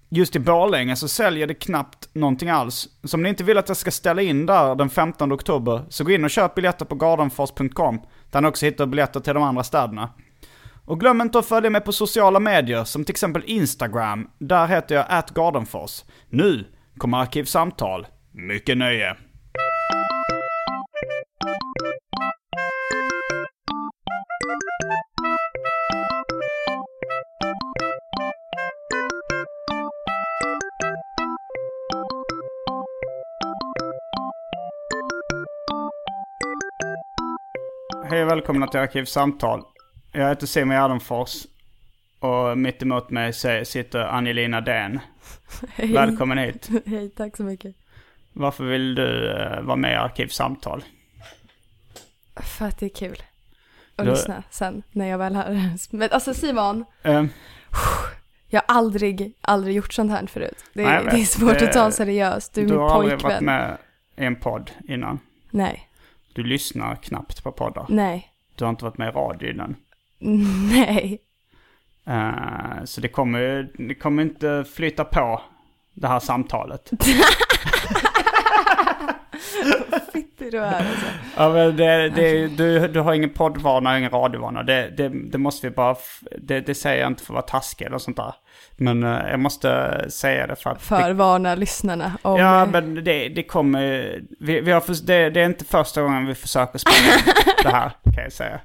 just i Borlänge så säljer det knappt någonting alls. Så om ni inte vill att jag ska ställa in där den 15 oktober så gå in och köp biljetter på gardenfors.com där ni också hittar biljetter till de andra städerna. Och glöm inte att följa mig på sociala medier som till exempel Instagram. Där heter jag atgardenfors. Nu kommer Arkivsamtal. Mycket nöje! Hej och välkomna till Arkivsamtal. Jag heter Simon Gärdenfors och mitt emot mig se- sitter Angelina Den. Hej. Välkommen hit. Hej, tack så mycket. Varför vill du eh, vara med i Arkivsamtal? För att det är kul att Du- lyssna sen när jag väl hör. Men alltså Simon, Eh, jag har aldrig, aldrig gjort sånt här förut. Det Nej, är, jag vet. det är svårt Det- att ta seriöst. Du är du min har aldrig varit pojkvän. med i en podd innan. Nej, Du lyssnar knappt på poddar. nej, Du har inte varit med i radio innan. nej. Eh, så det kommer, ju- det kommer inte flyta på det här samtalet. Fitter du är alltså. Ja, men det, det, du, du har ingen poddvana, ingen radiovana. Det, det, det måste vi bara... f- Det, det säger jag inte för att vara taskig eller sånt där. Men eh, jag måste säga det för att... Förvarna lyssnarna om... Ja, men det, det kommer... Vi, vi har, förs- det, det är inte första gången vi försöker spela in det här, kan jag säga.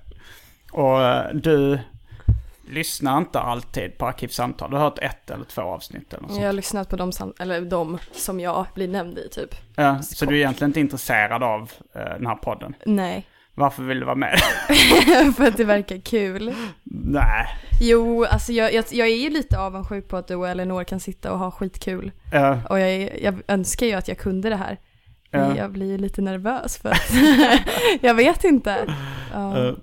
Och eh, du lyssnar inte alltid på Arkivsamtal. Du har hört ett eller två avsnitt eller något sånt. Jag har lyssnat på de, sam- eller de som jag blir nämnd i typ. Ja, så du är egentligen inte intresserad av eh, den här podden. Nej, Varför vill du vara med? för att det verkar kul. Nej. Jo, alltså jag, jag, jag är ju lite avundsjuk på att du och Elinor kan sitta och ha skitkul. Eh, Och jag, är- jag önskar ju att jag kunde det här. Ja. Men jag blir ju lite nervös för att jag vet inte. Ja, eh,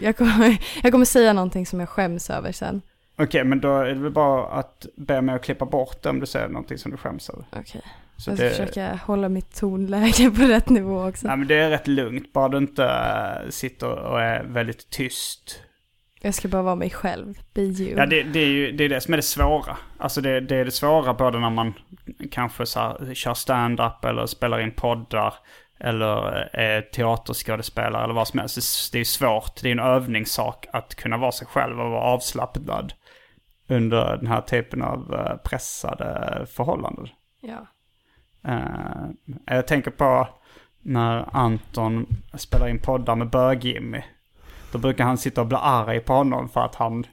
jag, kommer, jag kommer säga någonting som jag skäms över sen. Okej, men då är det väl bara att be mig att klippa bort det om du säger någonting som du skäms över. Okej. Så Jag ska det, försöka hålla mitt tonläge på rätt nivå också. nej, men det är rätt lugnt, bara du inte äh, sitter och är väldigt tyst. Jag ska bara vara mig själv. Be you. Ja, det, det är ju det, är det som är det svåra. Alltså det, det är det svåra både när man kanske så här, kör stand-up eller spelar in poddar eller eh, är teaterskådespelare eller vad som helst. Det är svårt, det är en övningssak att kunna vara sig själv och vara avslappnad under den här typen av eh, pressade förhållanden. Ja. Eh, jag tänker på när Anton spelar in poddar med Bög-Jimmy. Då brukar han sitta och bli arg på honom för att han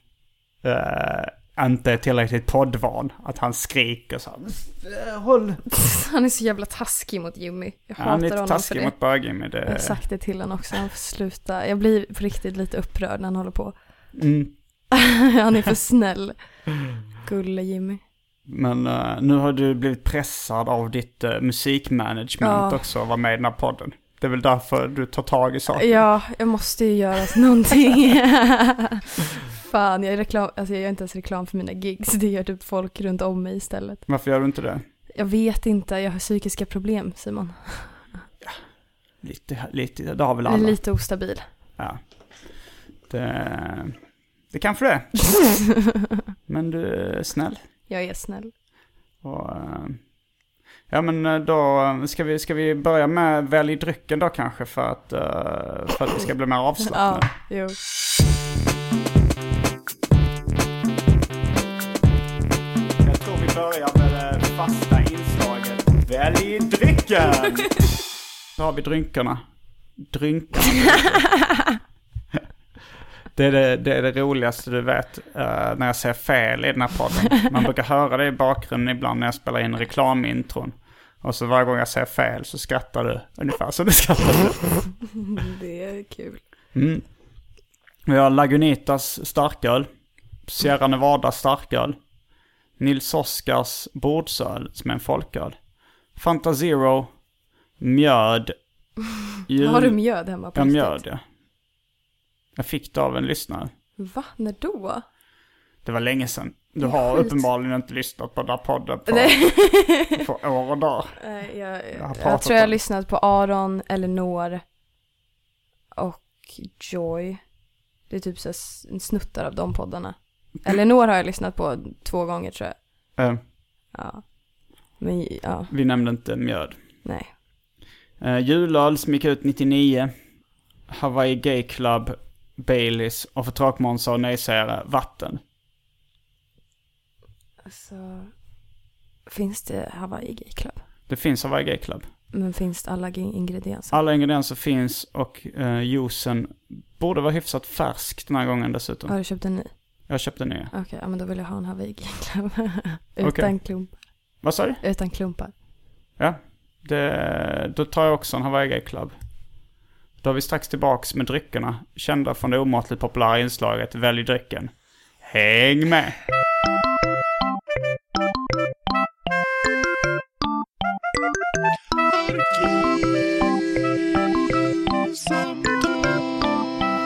eh, inte är tillräckligt poddvan. Att han skriker så här. Håll! Han är så jävla taskig mot Jimmy. Jag hatar Han är lite honom för taskig det. mot eh, Bög-Jimmy. Det... Jag har sagt det till honom också. Han får sluta. Jag blir på riktigt lite upprörd när han håller på. Mm. han är för snäll. Gulle Jimmy. Men eh, nu har du blivit pressad av ditt eh, musikmanagement Ja. också att vara med i den här podden. Det är väl därför du tar tag i saker. Ja, jag måste ju göra någonting. Fan, jag, är reklam, alltså jag gör inte ens reklam för mina gigs. Det gör typ folk runt om mig istället. Varför gör du inte det? Jag vet inte, jag har psykiska problem Simon. Lite, lite, det har väl Jag är alla. lite ostabil. Ja. Det, det kanske det är. Men du är snäll. Jag är snäll. Och, eh, ja men eh, då eh, ska vi, ska vi börja med välj drycken då kanske för att, eh, för att vi ska bli mer Ja, avslappnade. jo. Jag tror vi börjar med det fasta inslaget. Välj drycken! Då har vi drynkerna. Drynkarna. Det är det, det är det roligaste du vet eh, när jag säger fel i den här podden. Man brukar höra det i bakgrunden ibland när jag spelar in reklamintron. Och så varje gång jag säger fel så skrattar du ungefär som du skrattar. Det är kul. Mm. Vi har Lagunitas starköl. Sierra Nevada starköl. Nils Oskars bordsöl som är en folköl. Fanta Zero. Mjöd. Jul... Har du mjöd hemma på Ja, riktigt? mjöd ja. Jag fick det av en lyssnare. Va? När då? Det var länge sedan. Du har Skit. uppenbarligen inte lyssnat på den här podden på, Nej, på år och dag. jag, Eh, jag, har pratat jag tror jag har om- lyssnat på Aron, Eleanor och Joy. Det är typ så här s- snuttar av de poddarna. Mm. Eleanor har jag lyssnat på två gånger tror jag. Eh, Ja. Men ja, vi nämnde inte mjöd. nej. Eh, julöl som gick ut 99. Hawaii Gay Club, Baileys och för tråkmånsar och nejsägare, vatten. Alltså, finns det Hawaii Gay Club? Det finns Hawaii Gay Club. Men finns det alla g- ingredienser? Alla ingredienser finns och eh, juicen borde vara hyfsat färsk den här gången dessutom. Har du köpt en ny? Jag köpte nya. Okej, ja, men då vill jag ha en Hawaii Gay Club. Utan Okej. klump, Vad sa du? utan klumpar. Ja, det, då tar jag också en Hawaii Gay Club. Då är vi strax tillbaks med dryckerna, kända från det omåttligt populära inslaget Välj drycken. Häng med!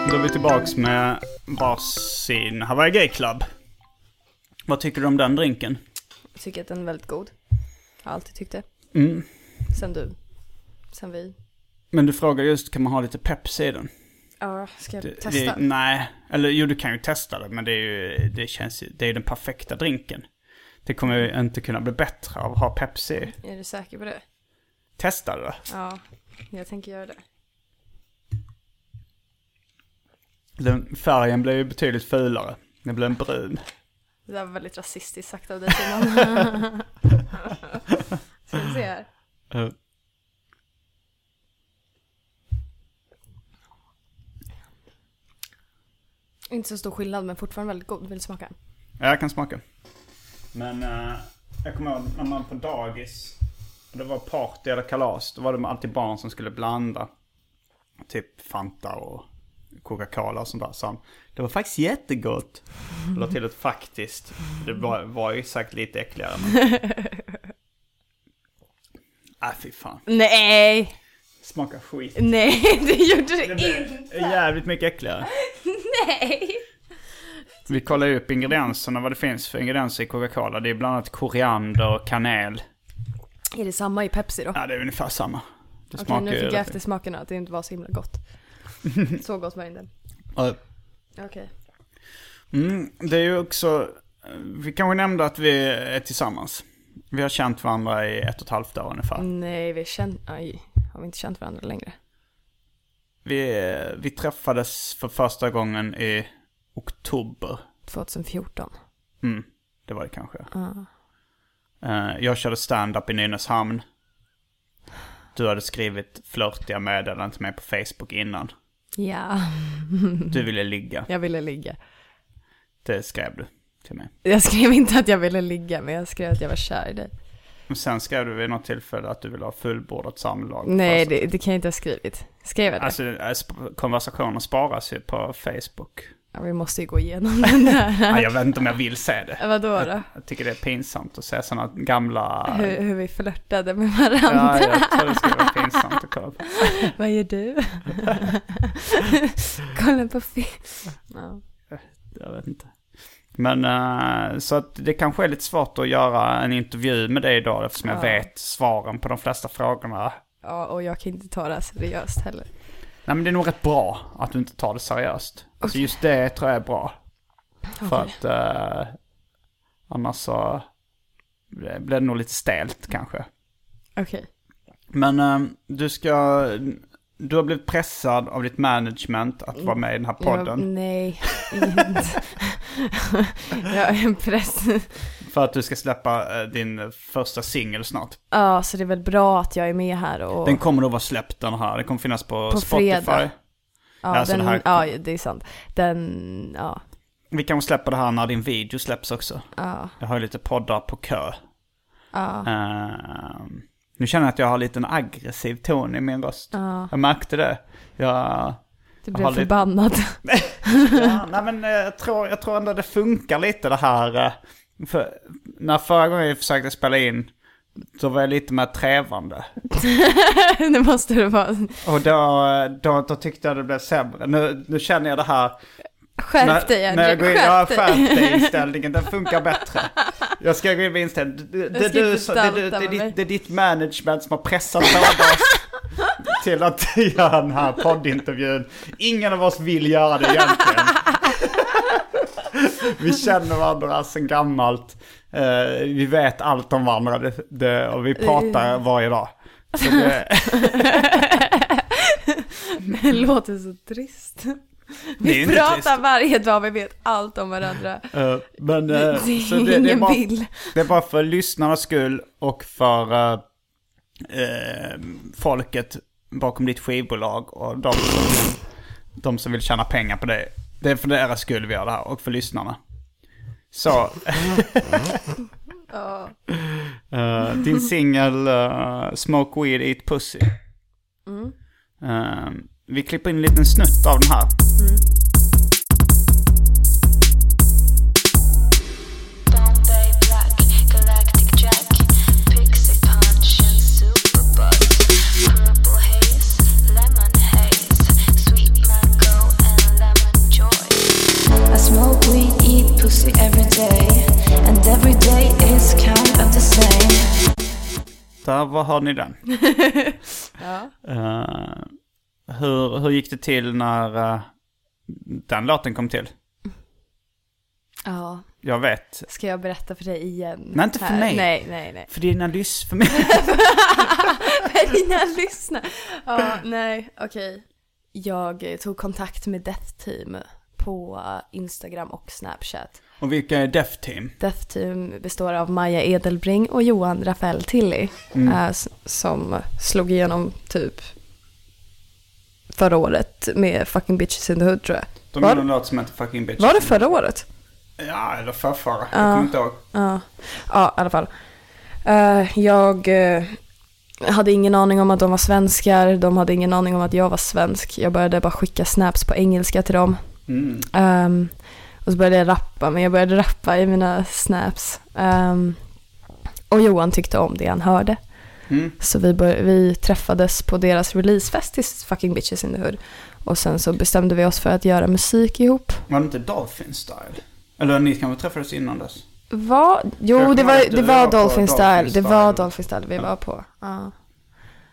Då är vi tillbaks med varsin Hawaii Gay Club. Vad tycker du om den drinken? Jag tycker att den är väldigt god. Jag har alltid tyckt det. Mm. Sen du. Sen vi. Men du frågar just, kan man ha lite peps i den? Ja, ska jag Det- Det, testa? nej, eller jo du kan ju testa det men det är ju, det känns ju, det är ju den perfekta drinken. Det kommer ju inte kunna bli bättre av att ha Pepsi. Är du säker på det? Testa det då. Ja, jag tänker göra det. Den färgen blir ju betydligt fulare. Den blir en brun. Det där var väldigt rasistiskt sagt av dig Simon. ska vi se här. Inte så stor skillnad men fortfarande väldigt god. Vill du smaka? Ja, jag kan smaka. Men eh, jag kommer ihåg när man var på dagis, och det var party eller kalas, då var det alltid barn som skulle blanda. Typ Fanta och Coca-Cola och sånt där. Så det var faktiskt jättegott. Jag la till ett faktiskt. Det var, var ju säkert lite äckligare. Men... Äh, fy fan. Nej! Smakar skit. Nej, det gjorde Det du blir jävligt mycket äckligare. Nej! exakt. Vi kollar ju upp ingredienserna, vad det finns för ingredienser i Coca-Cola. Det är bland annat koriander och kanel. Är det samma i Pepsi då? Ja, det är ungefär samma. Det Okej, smakar nu ju fick jag rätt- eftersmakerna att det inte var så himla gott. så gott var det inte. Ja. Okej. Mm, det är ju också, eh, vi kanske nämnde att vi är tillsammans. Vi har känt varandra i ett och ett halvt år ungefär. Nej, vi känner... Aj, har vi inte känt varandra längre? Vi, vi träffades för första gången i oktober. 2014. Mm, det var det kanske. Eh, jag körde stand-up i Nynäshamn. Du hade skrivit flörtiga meddelanden till mig på Facebook innan. Ja. Mm. Du ville ligga. Jag ville ligga. Det skrev du till mig. Jag skrev inte att jag ville ligga, men jag skrev att jag var kär i dig. Men sen skrev du vid något tillfälle att du ville ha fullbordat samlag. Nej, Fast- det, det kan jag inte ha skrivit. Skrev jag det? Alltså, eh, sp- konversationer sparas ju på Facebook. Ja, vi måste ju gå igenom den där. Nej, jag vet inte om jag vill se det. Vadå då? Jag tycker det är pinsamt att se sådana gamla... Hur, hur vi flörtade med varandra. Ja, jag tror det skulle vara pinsamt att kolla på. Vad gör du? Kolla på film. Ja. Jag vet inte. Men eh, så att det kanske är lite svårt att göra en intervju med dig idag eftersom jag Ja. vet svaren på de flesta frågorna. ja, och jag kan inte ta det här seriöst heller. Nej men det är nog rätt bra att du inte tar det seriöst. Alltså Okej. just det tror jag är bra. För Okej. att eh, annars så blir det nog lite stelt kanske. Okej. Men eh, du ska, du har blivit pressad av ditt management att vara med i den här podden. Jag, nej, inte. jag är en press. För att du ska släppa eh, din första singel snart. Ja, så det är väl bra att jag är med här och... Den kommer då vara släppt den här, den kommer finnas på, På Spotify. fredag. ja, alltså den, det här- ja, det är sant. Den, ja. Vi kan släppa det här när din video släpps också. ja. Jag har ju lite poddar på kö. Ehm, nu känner jag att jag har lite en aggressiv ton i min röst. Ja. Jag märkte det. Jag, Du har blev lite- förbannad. ja, nej men eh, jag tror, jag tror ändå det funkar lite det här. eh, För, när förra gången jag försökte spela in, då var jag lite mer trävande. det måste det vara. Och då, eh, då, då tyckte jag det blev sämre. Nu, nu känner jag det här, Skärp dig när, när jag går in, Andrew, ja, skärp dig. skärp dig inställningen, den funkar bättre. Jag ska gå in med inställningen, det, det, Jag ska det, du inte som- det, det, gestalta det, är med mig. ditt, det är ditt management som har pressat båda oss till att göra den här poddintervjun. Ingen av oss vill göra det egentligen. Vi känner varandra sedan gammalt. Eh, vi vet allt om varandra det, det, och vi pratar varje dag. Så det, Det låter så trist. Det är Vi inte pratar trist. varje dag, vi vet allt om varandra. eh, men, eh, Det, så ingen det är bara- vill. Det är bara för lyssnarnas skull och för eh, eh, folket bakom ditt skivbolag och de som, de som vill tjäna pengar på det. Det är för deras skull vi gör det här och för lyssnarna. Så, Ja. eh, din singel eh, Smoke Weed Eat Pussy. Mm. Eh, vi klipper in en liten snutt av den här. Bombay Black, Galactic Jack, Pixie Punch and Super Buzz, Purple Haze, Lemon Haze, Sweet Mango and Lemon Joy. I smoke weed, eat pussy every day, and every day is kind of the same. Där var, hörde ni den. Ja. Eh, hur, hur gick det till när eh, den låten kom till? ja. Jag vet Ska jag berätta för dig igen? Nej, inte för Här. mig. Nej, nej, nej. För dina lys... För mig. Perina, lyssna. Ja, nej, okej. Jag eh, tog kontakt med Death Team på eh, Instagram och Snapchat. Och vilka är Deaf Team? Death Team består av Maja Edelbring och Johan Rafael Tilly. Mm. eh, s- som slog igenom typ förra året med Fucking Bitches in the Hood tror jag. De Var- gjorde en låt som heter Fucking Bitch. Var det förra året? Ja, eller förrförra. Jag kommer inte ihåg. Ja, ja i alla fall. Eh, jag eh, hade ingen aning om att de var svenskar, de hade ingen aning om att jag var svensk. Jag började bara skicka snaps på engelska till dem. Mm. Ehm, och så började jag rappa, men jag började rappa i mina snaps. Ehm, och Johan tyckte om det han hörde. Mm. Så vi, bör- vi träffades på deras releasefest i Fucking Bitches in the Hood. Och sen så bestämde vi oss för att göra musik ihop. Var det inte Dolphin Style? Eller ni kanske träffades innan dess? Va? Jo, Jag det kommer var, ihåg att det du var var på Dolphin Style. Dolphin Det var Style. Dolphin Style vi var på. Ja.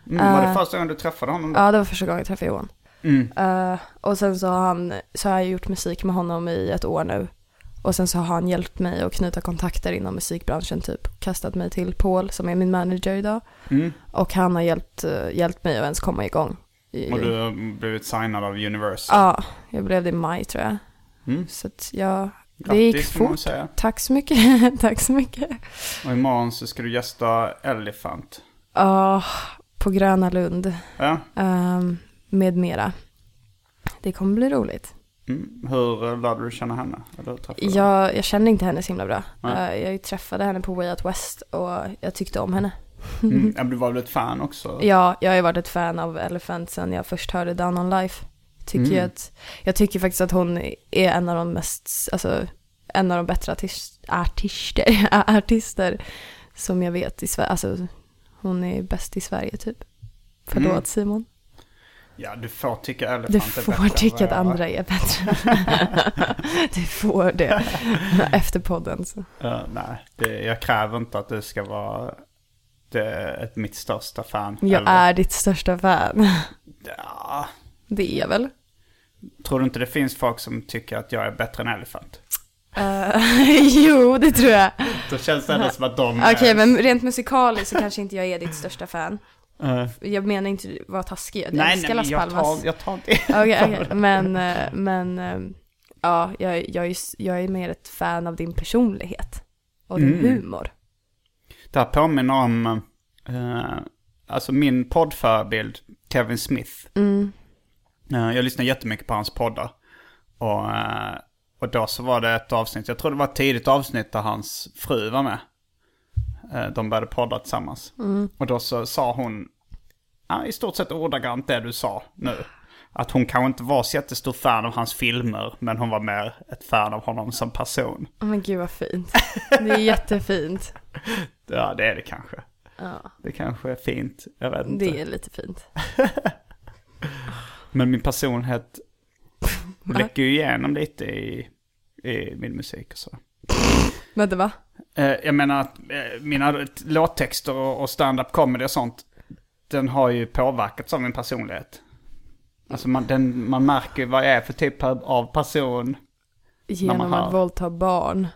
Mm, var det Eh. första gången du träffade honom? då? ja, det var första gången jag träffade Johan. Mm. Eh, och sen så har, han, så har jag gjort musik med honom i ett år nu. Och sen så har han hjälpt mig att knyta kontakter inom musikbranschen typ. Kastat mig till Paul som är min manager idag. Mm. Och han har hjälpt, eh, hjälpt mig att ens komma igång. I- Och du har blivit signad av Universal? Eh. Ja, jag blev det i maj tror jag. Mm. Så att jag, det Grattis, gick får man fort. Säga. Tack så mycket, tack så mycket. Och imorgon så ska du gästa Elephant. Ja, Ah, på Gröna Lund Ja. ehm, med mera. Det kommer bli roligt. Mm. Hur eh, lärde du känna henne? Eller hur träffade du henne? Jag, jag känner inte henne så himla bra. Nej. Eh, jag träffade henne på Way Out West och jag tyckte om henne. Mm. ja, men Du var väl ett fan också? Ja, jag har ju varit ett fan av Elephant sen jag först hörde Down on Life. Tycker Mm. jag, att, jag tycker faktiskt att hon är en av de mest, alltså en av de bättre artis, artister, artister som jag vet i Sverige. Alltså hon är bäst i Sverige typ. Förlåt Mm. Simon. Ja, du får tycka Elephant Du är får bättre än tycka vad att jag är. andra är bättre. du får det. Efter podden så. Eh, nej, det, jag kräver inte att du ska vara det, ett, mitt största fan. Jag Eller- är ditt största fan. Ja, Det är jag väl. tror du inte det finns folk som tycker att jag är bättre än Elephant? Eh, jo, det tror jag. Då känns det ändå som att de Okej, är... men rent musikaliskt så kanske inte jag är ditt största fan. Eh, Jag menar inte vara taskig, jag nej, nej, älskar men Las jag Palmas. tar, jag tar inte... Okej, okej. Men, eh, men eh, ja, jag, jag, är, s- jag är mer ett fan av din personlighet och din Mm. humor. Det här påminner om, eh, alltså min poddförebild, Kevin Smith. Mm. Eh, jag lyssnar jättemycket på hans poddar. Och, eh, och då så var det ett avsnitt, jag tror det var ett tidigt avsnitt där hans fru var med. Eh, de började podda tillsammans. Mm. Och då så sa hon, ja, i stort sett ordagrant det du sa nu. Att hon kanske inte var så jättestor fan av hans filmer, men hon var mer ett fan av honom som person. Oh, men gud vad fint. Det är jättefint. Ja, det är det kanske. Ja, Det kanske är fint, jag vet inte. det är lite fint. Men min personlighet läcker ju igenom lite i, i min musik och så. Vänta va? Eh, jag menar att eh, mina låttexter och, och stand-up comedy och sånt, den har ju påverkats av min personlighet. Alltså man, den, man märker ju vad jag är för typ av- av person. När Genom man att hör. våldta barn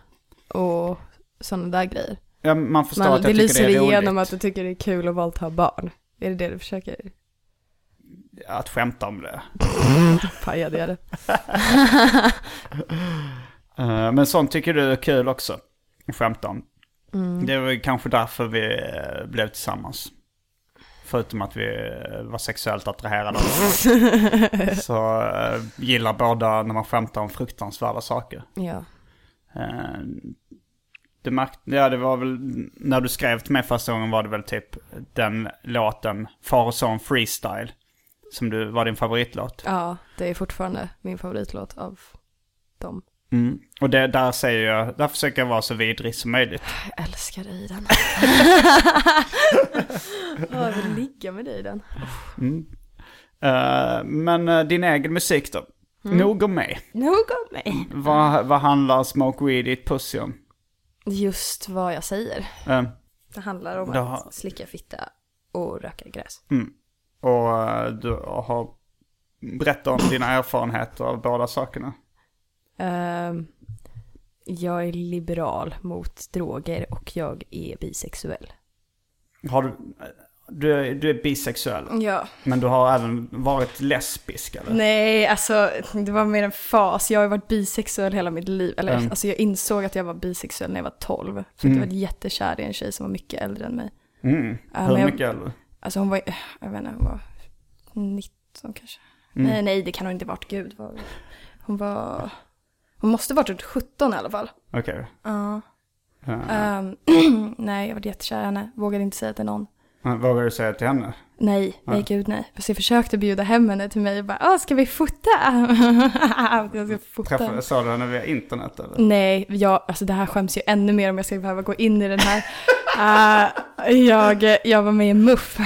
och sådana där grejer. Ja, man förstår Man, att det jag tycker lyser det är roligt. igenom att du tycker det är kul att våldta barn. Är det det du försöker? Att skämta om det. Mm. Pajade jag det? Eh, men sånt tycker du är kul också. Att skämta om. Det var ju kanske därför vi eh, blev tillsammans. Förutom att vi eh, var sexuellt attraherade. av varandra. så eh, gillar båda när man skämtar om fruktansvärda saker. Ja. Eh, Det, märkt, ja, det var väl, när du skrev till mig första gången var det väl typ den låten, Far och son freestyle, som du, var din favoritlåt. Ja, det är fortfarande min favoritlåt av dem. Mm. Och det, där säger jag, där försöker jag vara så vidrig som möjligt. Jag älskar dig i den. Åh, jag vill ligga med dig i den. Mm. Eh, men eh, din egen musik då? Nog om mig. Mm. Nog om mig. Vad, vad handlar Smoke Weed Eat Pussy om? Just vad jag säger. Eh, Det handlar om Jaha. att slicka fitta och röka gräs. och eh, du har berättat om dina erfarenheter av båda sakerna. Ehm, jag är liberal mot droger och jag är bisexuell. Har du, eh, du, är- du är bisexuell, Ja. men du har även varit lesbisk eller? Nej, alltså det var mer en fas. Jag har ju varit bisexuell hela mitt liv. Eller Mm. alltså jag insåg att jag var bisexuell när jag var 12. För att jag var jättekär i en tjej som var mycket äldre än mig. Mm. Ja, men Hur jag- mycket äldre? Alltså hon var, eh, jag vet inte, hon var 19 kanske. Mm. Nej, nej, det kan hon inte varit. Gud, vad... Hon var... Hon måste varit runt 17 i alla fall. Okej. Ja. Eh, Ehm, nej, jag var jättekär i henne. Vågade inte säga till någon. Vågar du säga till henne? Nej, nej gud nej. Fast jag försökte bjuda hem henne till mig och bara, Åh, ska vi fota? jag ska fota. Träffade, sa du henne via internet eller? Nej, jag, alltså det här skäms ju ännu mer om jag ska behöva gå in i den här. Ah, jag, jag var med i MUF,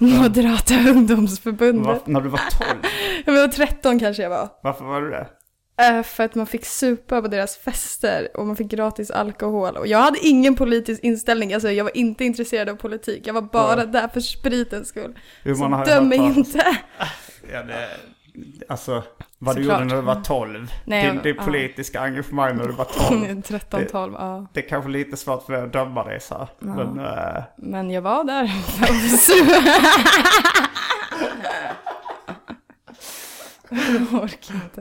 Moderata ungdomsförbundet. Varför, när du var 12? Jag var 13 kanske jag var. Varför var du det? Eh, För att man fick supa på deras fester och man fick gratis alkohol. Och jag hade ingen politisk inställning, alltså jag var inte intresserad av politik. Jag var bara Nej. där för spritens skull. Hur man Så har döm mig hört talas. inte. Ja, det, alltså, vad du Såklart. gjorde när du var 12. Nej, Din, din ja. politiska engagemang när du var 12. 13, 12, ja. Det är kanske lite svårt för mig att döma dig så här. Men, eh, Men jag var där för att supa. Jag orkar inte.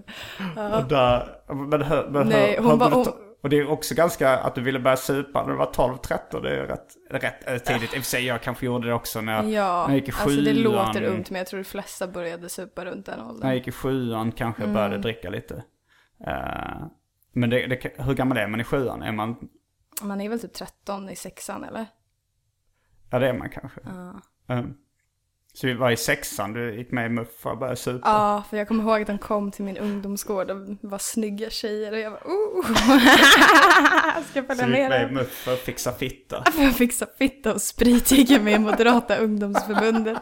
och där, men, hur- men Nej, hur, hon hur var- blev du hon- to- Och det är också ganska att du ville börja supa när du var 12-13. Det är ju rätt, rätt eh, tidigt. I och för sig, jag kanske gjorde det också när, jag- Ja, när jag gick i sjuan. alltså det låter ungt men jag tror de flesta började supa runt den åldern. När jag gick i sjuan kanske jag Mm. började dricka lite. Eh, men det, det, hur gammal är man i sjuan? Är man, Man är väl typ 13 i sexan eller? ja det är man kanske. Eh, så vi var i sexan, du gick med i Muff och började supa. Ja, för jag kommer ihåg att de kom till min ungdomsgård och var snygga tjejer och jag var oh! jag ska så följa vi gick med med i dem. Muff och fixa fitta. För jag fixade fitta och sprit gick jag med i Moderata ungdomsförbundet.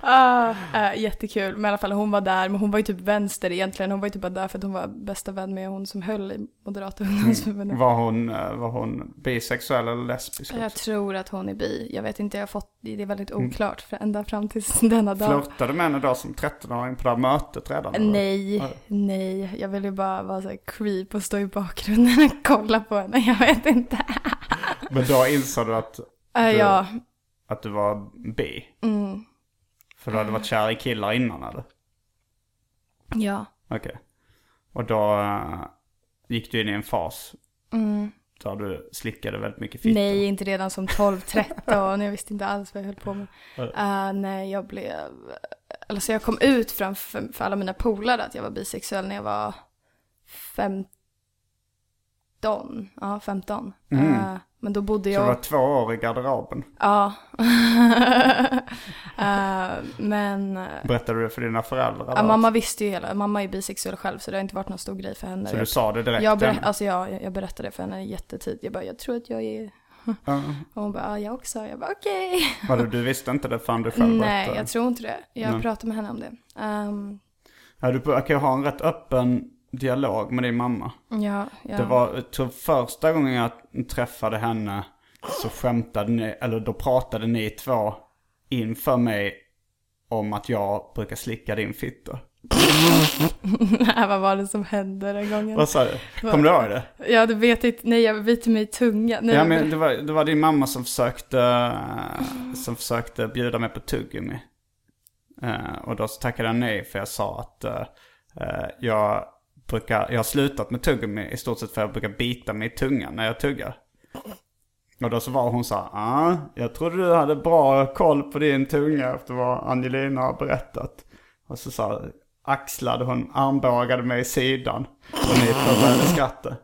Ah, eh, jättekul, men i alla fall hon var där, men hon var ju typ vänster egentligen. Hon var ju typ bara där för att hon var bästa vän med hon som höll i Moderata ungdomsförbundet. Var hon, eh, var hon bisexuell eller lesbisk? Jag också? tror att hon är bi. Jag vet inte, jag har fått, det är väldigt oklart för ända fram till denna dag. Flörtade med henne då som 13-åring på det här mötet redan? eller? Nej, Ja. nej. Jag ville ju bara vara så här creep och stå i bakgrunden och kolla på henne. Jag vet inte. Men då insåg du att, Äh, Du- ja, att du var bi? mm, För du hade varit kär i killar innan eller? ja. Okej. Och då eh, gick du in i en fas Mm. där du slickade väldigt mycket fitta. Nej, inte redan som 12-13. Jag visste inte alls vad jag höll på med. Äh, nej, jag blev... Alltså jag kom ut framför för alla mina polare att jag var bisexuell när jag var 15. Ja, 15. Äh, men då bodde Mm. Så jag... du var två år i garderoben. Ja. Eh, men eh, Berättade du det för dina föräldrar? ja, eller? mamma visste ju hela, mamma är bisexuell själv så det har inte varit någon stor grej för henne. Så du sa det direkt? jag, ber, hemma? alltså, jag, jag berättade för henne jättetidigt, jag bara jag tror att jag är... Ja. Och hon bara ja, jag också, jag bara okej. Vadå, du visste inte det förrän du själv Nej, berättade? jag tror inte det. Jag Nej. pratade med henne om det. Ehm, Ja, du verkar ju ha en rätt öppen dialog med din mamma. ja, ja. Det var, jag tror första gången jag träffade henne så skämtade ni, eller då pratade ni två inför mig om att jag brukar slicka din fitta. Nej, vad var det som hände den gången? Vad sa du? Kommer du ihåg det? Jag hade vetit, nej jag biter mig i tungan. Nej, Ja, men det var, det var din mamma som försökte, eh, som försökte bjuda mig på tuggummi. Eh, och då så tackade jag nej för jag sa att eh, eh, jag, brukar, jag har slutat med tuggummi i stort sett för jag brukar bita mig i tungan när jag tuggar. Och då så var hon så här, ah, jag trodde du hade bra koll på din tunga efter vad Angelina har berättat. Och så, så här, axlade hon, armbågade mig i sidan och ni två började skratta.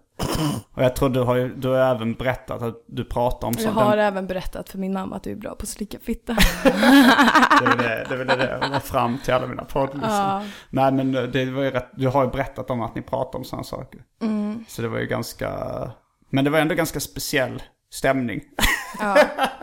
Och jag tror du har, ju- du har även berättat att du pratar om jag sånt. har det. även berättat för min mamma att du är bra på att slicka fitta. Det är väl det, det, är väl det jag var fram till alla mina poddlyssnare. Nej men det var ju rätt, du har ju berättat om att ni pratar om sådana saker. Mm. Så det var ju ganska, men det var ändå ganska speciell stämning.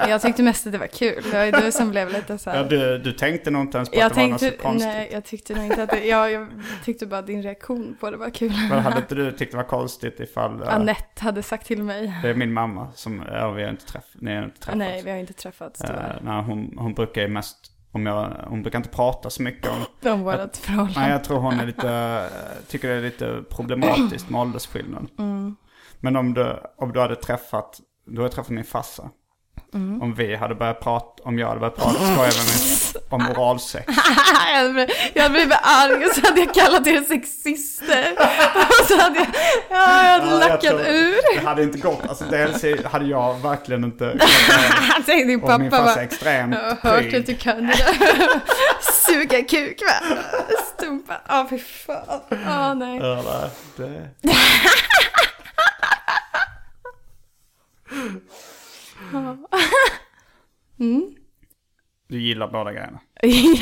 Jag tyckte mest att det var kul. Det var ju du som blev lite så här. Ja, du, du tänkte nog inte ens på jag att det var tänkte, något så alltså konstigt. nej, jag tyckte nog inte att det, jag, jag tyckte bara att din reaktion på det var kul. Men hade inte du tyckt det var konstigt ifall... eh, Annette hade sagt till mig. Det är min mamma som, ja vi har inte träff, ni har inte träffats. Nej, vi har inte träffats tyvärr. Eh, nej, hon, hon brukar ju mest, om jag, hon brukar inte prata så mycket om... Om vårat förhållande. Nej jag tror hon är lite, eh, tycker det är lite problematiskt med åldersskillnaden. Mm. Men om du, om du hade träffat, du har träffat min farsa. Mm. Om vi hade börjat prata, om jag hade börjat prata, skoja med mig om oralsex. Jag hade blivit- jag hade blivit arg och så hade jag kallat er sexister. Och så hade jag, ja, jag hade Ja, jag lackat tror- ur. Det hade inte gått, alltså dels hade jag verkligen inte, Han tänkte din och min pappa farsa är bara, extremt jag har hört att pryd. du kan det där. Suga kuk va? Stumpa, ja fy fan. Ja nej. Ja, va? det... Mm. Du gillar båda grejerna.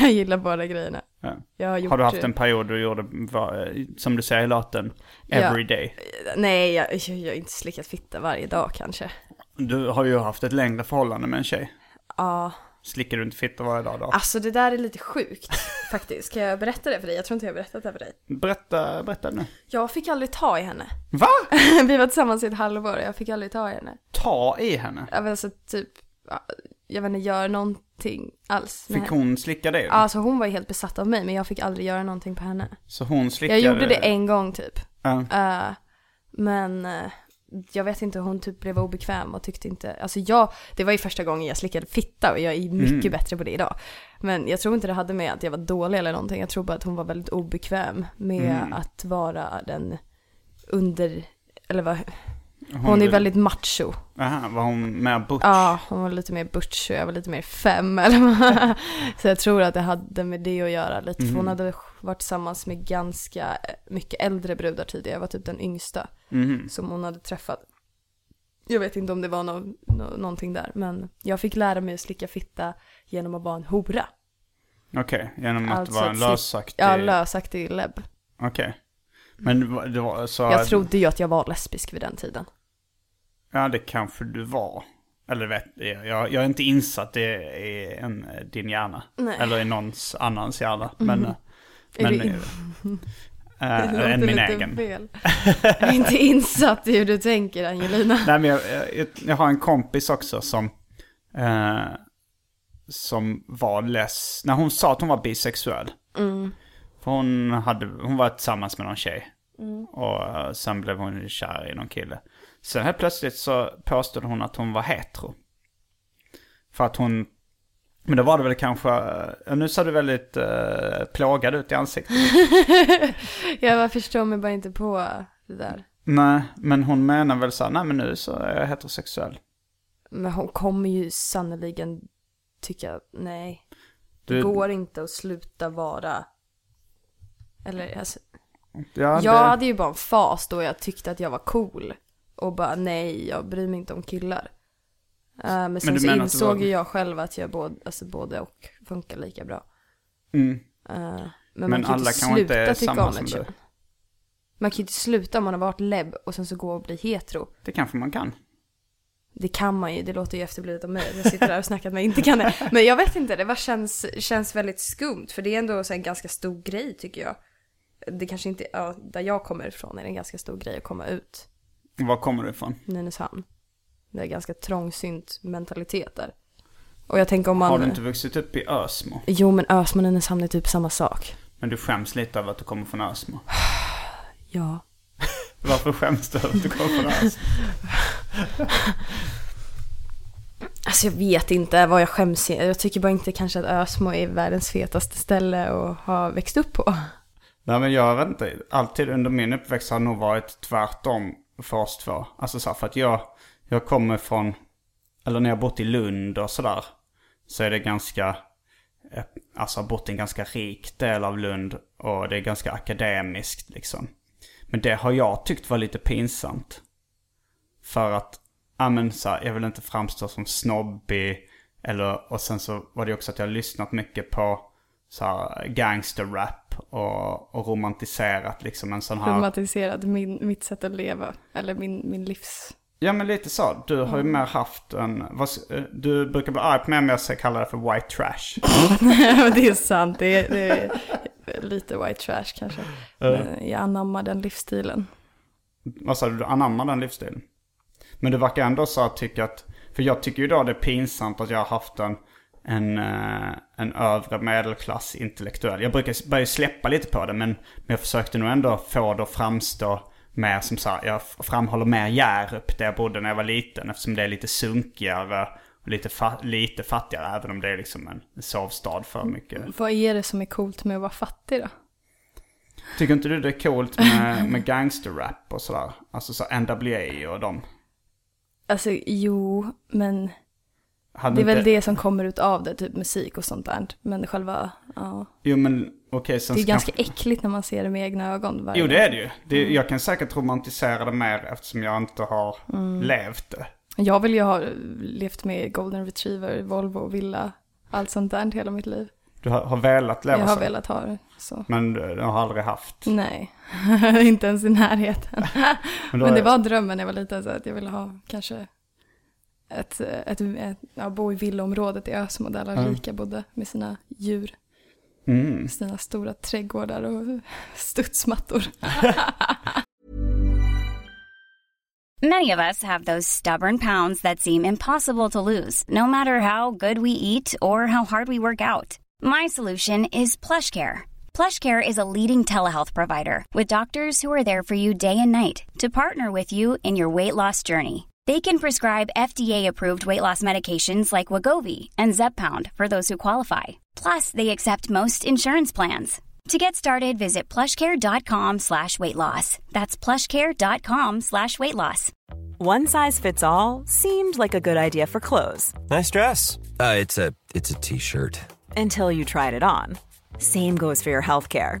Jag gillar båda grejerna. Ja. Jag har, gjort Har du haft en period du gjorde, va- eh, som du säger i låten, every day? Nej, jag, jag, jag har inte slickat fitta varje dag kanske. Du har ju haft ett längre förhållande med en tjej. Ja, Slickar du inte fitta varje dag Ah. då? Alltså det där är lite sjukt faktiskt. Kan jag berätta det för dig? Jag tror inte jag har berättat det här för dig. Berätta, berätta nu. Jag fick aldrig ta i henne. Va? Vi var tillsammans i ett halvår och jag fick aldrig ta i henne. Ta i henne. Jag vet alltså typ, ja, jag vet inte, göra någonting alls. med Fick henne. hon slicka dig? Alltså hon var ju helt besatt av mig men jag fick aldrig göra någonting på henne. Så hon slickade... Jag gjorde det en gång typ. Ja. Eh, men eh, jag vet inte, hon typ blev obekväm och tyckte inte, alltså jag, det var ju första gången jag slickade fitta och jag är mycket bättre på det idag. Men jag tror inte det hade med att jag var dålig eller någonting, jag tror bara att hon var väldigt obekväm med att vara den under, eller vad, hon, är vill- väldigt macho. Aha, var hon med butch? Ja, hon var lite mer butch och jag var lite mer fem eller vad. Så jag tror att det hade med det att göra lite. För hon hade varit tillsammans med ganska eh, mycket äldre brudar tidigare. Jag var typ den yngsta Mhm. som hon hade träffat. Jag vet inte om det var nå- nå- någonting där. Men jag fick lära mig att slicka fitta genom att vara en hora. Okej, genom att Alltså vara att en slick- lösaktig... Ja, lösaktig lebb. Okej. Men det var- det var så... Mm. Jag trodde ju att jag var lesbisk vid den tiden. Ja, det kanske du var. Eller vet, jag, jag är inte insatt i, i en, eh, din hjärna. Nej. Mm. Eller i någons annans hjärna. Men... eh, Är men du in- eh, eh, låter än min lite egen. Fel. Jag är inte insatt i hur du tänker Angelina. Nej, men jag, jag, jag har en kompis också som, eh, som var less. När hon sa att hon var bisexuell. För hon, hade, hon var tillsammans med någon tjej. Och eh, sen blev hon kär i någon kille. Sen helt plötsligt så påstod hon att hon var hetero. För att hon... Men då var det väl kanske... eh, Nu ser du väldigt eh, plågad ut i ansiktet. Jag bara förstår mig bara inte på det där. nej, men hon menar väl så här, nej men nu så är jag heterosexuell. Men hon kommer ju sannoliken tycka, nej, det Du- går inte att sluta vara... Eller alltså, Ja, jag det- hade ju bara en fas då jag tyckte att jag var cool. Och bara nej, jag bryr mig inte om killar. Eh, men sen du så menar att du insåg var- ju jag själv att jag både, alltså, både och funkar lika bra. Mm. Eh, men, Men man kan ju alla inte kanske inte sluta är tycka samma om som ett du. kön. Man kan ju inte sluta om man har varit lebb och sen så gå och bli hetero. Det kanske man kan. Det kan man ju, det låter ju efterblivet av mig. Jag sitter där och snackar att man inte kan det. Men jag vet inte, det bara känns, känns väldigt skumt. För det är ändå så en ganska stor grej tycker jag. Det kanske inte, ja, där jag kommer ifrån är det en ganska stor grej att komma ut. Var kommer du ifrån? Nynäshamn. Det är ganska trångsynt mentalitet där. Och jag tänker om man... Har du inte vuxit upp i Ösmo? Jo men Ösmo och Nynäshamn är typ samma sak. Men du skäms lite över att du kommer från Ösmo. Ja. Varför skäms du över att du kommer från Ösmo? Alltså jag vet inte vad jag skäms i. Jag tycker bara inte kanske att Ösmo är världens fetaste ställe att ha växt upp på. Nej men jag vet inte. Alltid under min uppväxt har det nog varit tvärtom för oss två. Alltså så här, för att jag, jag kommer från, eller när jag bott i Lund och sådär. Så är det ganska, eh, alltså har bott i en ganska rik del av Lund. Och det är ganska akademiskt liksom. Men det har jag tyckt var lite pinsamt. För att, ja men så här, jag vill inte framstå som snobbig. Eller, och sen så var det också att jag har lyssnat mycket på så här, gangsterrap och, och romantiserat liksom en sån här... problematiserat min, mitt sätt att leva, eller min, min livs... Ja men lite så. Du har ju mer haft en, vad, s- eh, du brukar bli arg på mig om jag kallar det för white trash. Men det är sant, det är, det är lite white trash kanske. Men jag anammar den livsstilen. Vad sa du, du anammar den livsstilen. Men du verkar ändå så att tycka att, för jag tycker ju då det är pinsamt att jag har haft en, en, eh, en övre medelklass intellektuell. Jag brukar s- börja släppa lite på det men, men jag försökte nog ändå få det att framstå mer som så här, jag f- framhåller mer Hjärup där jag bodde när jag var liten eftersom det är lite sunkigare och lite, fa- lite fattigare även om det är liksom en en sovstad för mycket. Vad är det som är coolt med att vara fattig då? Tycker inte du det är coolt med, med gangsterrap och sådär? Alltså så NWA och dem. Alltså jo, men Hade det är väl inte- det som kommer ut av det, typ musik och sånt där. Men själva, ja. Jo men okej sen Det är så ganska Mm. kanske... äckligt när man ser det med egna ögon. varje Jo gång. det är det ju. Det, Jag kan säkert romantisera det mer eftersom jag inte har Mm. levt det. Jag vill ju ha levt med golden retriever, Volvo, villa, allt sånt där hela mitt liv. Du har, har velat leva Jag har så. velat ha det så. Men du, du har aldrig haft. Nej, inte ens i närheten. Men, då Men det är- var drömmen när jag var liten så att jag ville ha kanske ett, ett, ett ja, bo i villaområdet i Ösmo där alla Ja. rika bodde med sina djur, Mm. sina stora trädgårdar och studsmattor. Many of us have those stubborn pounds that seem impossible to lose, no matter how good we eat or how hard we work out. My solution is PlushCare. PlushCare is a leading telehealth provider with doctors who are there for you day and night to partner with you in your weight loss journey. They can prescribe FDA-approved weight loss medications like Wagovi and Zepbound for those who qualify. Plus, they accept most insurance plans. To get started, visit plushcare.com slash weight loss. That's plushcare.com slash weight loss. One size fits all seemed like a good idea for clothes Nice dress. Uh, it's a it's a t-shirt. until you tried it on. Same goes for your healthcare.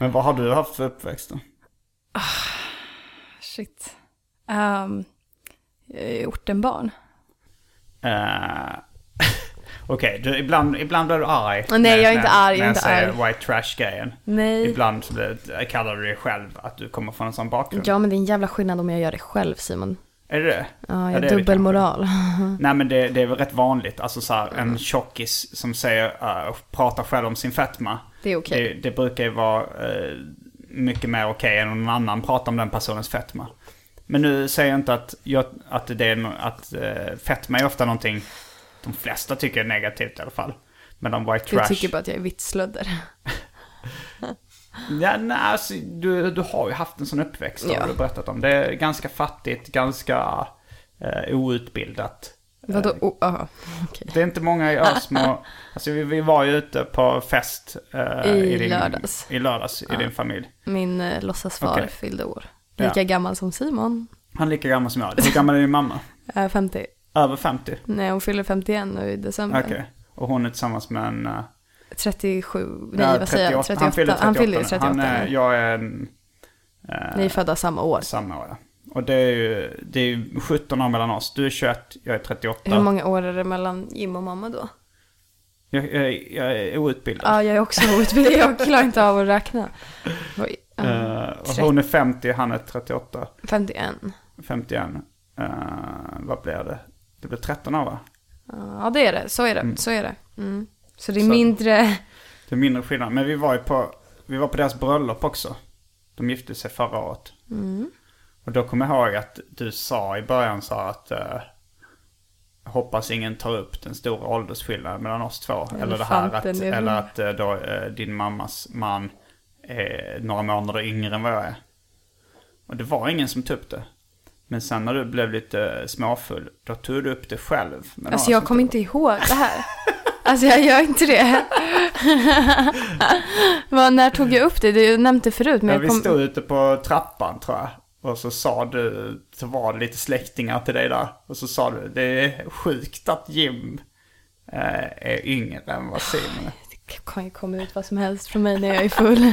Men vad har du haft för uppväxt då? Shit. Um, ortenbarn. Eh, Okej, du- ibland, ibland blir du arg. Nej, när- jag är när- inte arg, När jag är jag inte säger arg. white trash-grejen. Nej. Ibland så blir- kallar du dig själv att du kommer från en sån bakgrund. Ja men det är en jävla skillnad om jag gör det själv Simon. Är det det? Ja, jag det är har det dubbelmoral. Nej men det, det är väl rätt vanligt. Alltså så här, en tjockis som säger, eh, pratar själv om sin fetma. Det är okej. Det, det brukar ju vara eh, mycket mer okej än om någon annan pratar om den personens fetma. Men nu säger jag inte att, jag, att, det är, no- att eh, fetma är ofta någonting de flesta tycker är negativt i alla fall. Men de white trash... Du tycker bara att jag är vitslödder. Ja, nej, alltså, du, du har ju haft en sån uppväxt, Ja. har du berättat om. Det är ganska fattigt, ganska eh, outbildat. Vadå? Eh. Oh, aha, okej. Det är inte många i Ösmo. alltså, vi, vi var ju ute på fest eh, I din, lördags. I lördags, i din familj. Min eh, låtsasfar Okej. fyllde år. Ja. Lika gammal som Simon. Han är lika gammal som jag. Hur gammal är din mamma? Äh, 50. Över 50? Nej, hon fyller 51 nu i december. Okej. Och hon är tillsammans med en... eh, 37, nej ja, vad säger jag? 38. Han fyller 38. Han fyller ju 38. Han är, nu. jag är en, eh, Ni är födda samma år. samma år, ja. Och det är ju det är ju 17 år mellan oss. Du är 21, jag är 38. Hur många år är det mellan Jim och mamma då? Jag, jag, jag är outbildad. Ja, jag är också outbildad. Jag klarar inte av att räkna. Oj, ja. Eh, och hon är 50, han är 38. 51. 51. Eh, vad blir det? Det blir 13 år va? Ja, det är det. Så är det. Så är det. Mm. Så det är Så- mindre... Det är mindre skillnad. Men vi var ju på, vi var på deras bröllop också. De gifte sig förra året. Mm. Och då kommer jag ihåg att du sa i början så här att eh, hoppas ingen tar upp den stora åldersskillnaden mellan oss två. Eller det här att, Elefanten i rummet. eller att eh, då, eh, din mammas man eh, några månader yngre än vad jag är. Och det var ingen som tog upp det. Men sen när du blev lite eh, småfull, då tog du upp det själv. Men Alltså jag kommer inte ihåg det här. Alltså jag gör inte det. Vad, när tog jag upp det? Du nämnde det förut men Ja, jag vi kom... stod ute på trappan tror jag. Och så sa du, så var det lite släktingar till dig där. Och så sa du, det är sjukt att Jim eh, är yngre än vad Simon är. kan ju komma ut vad som helst från mig när jag är full.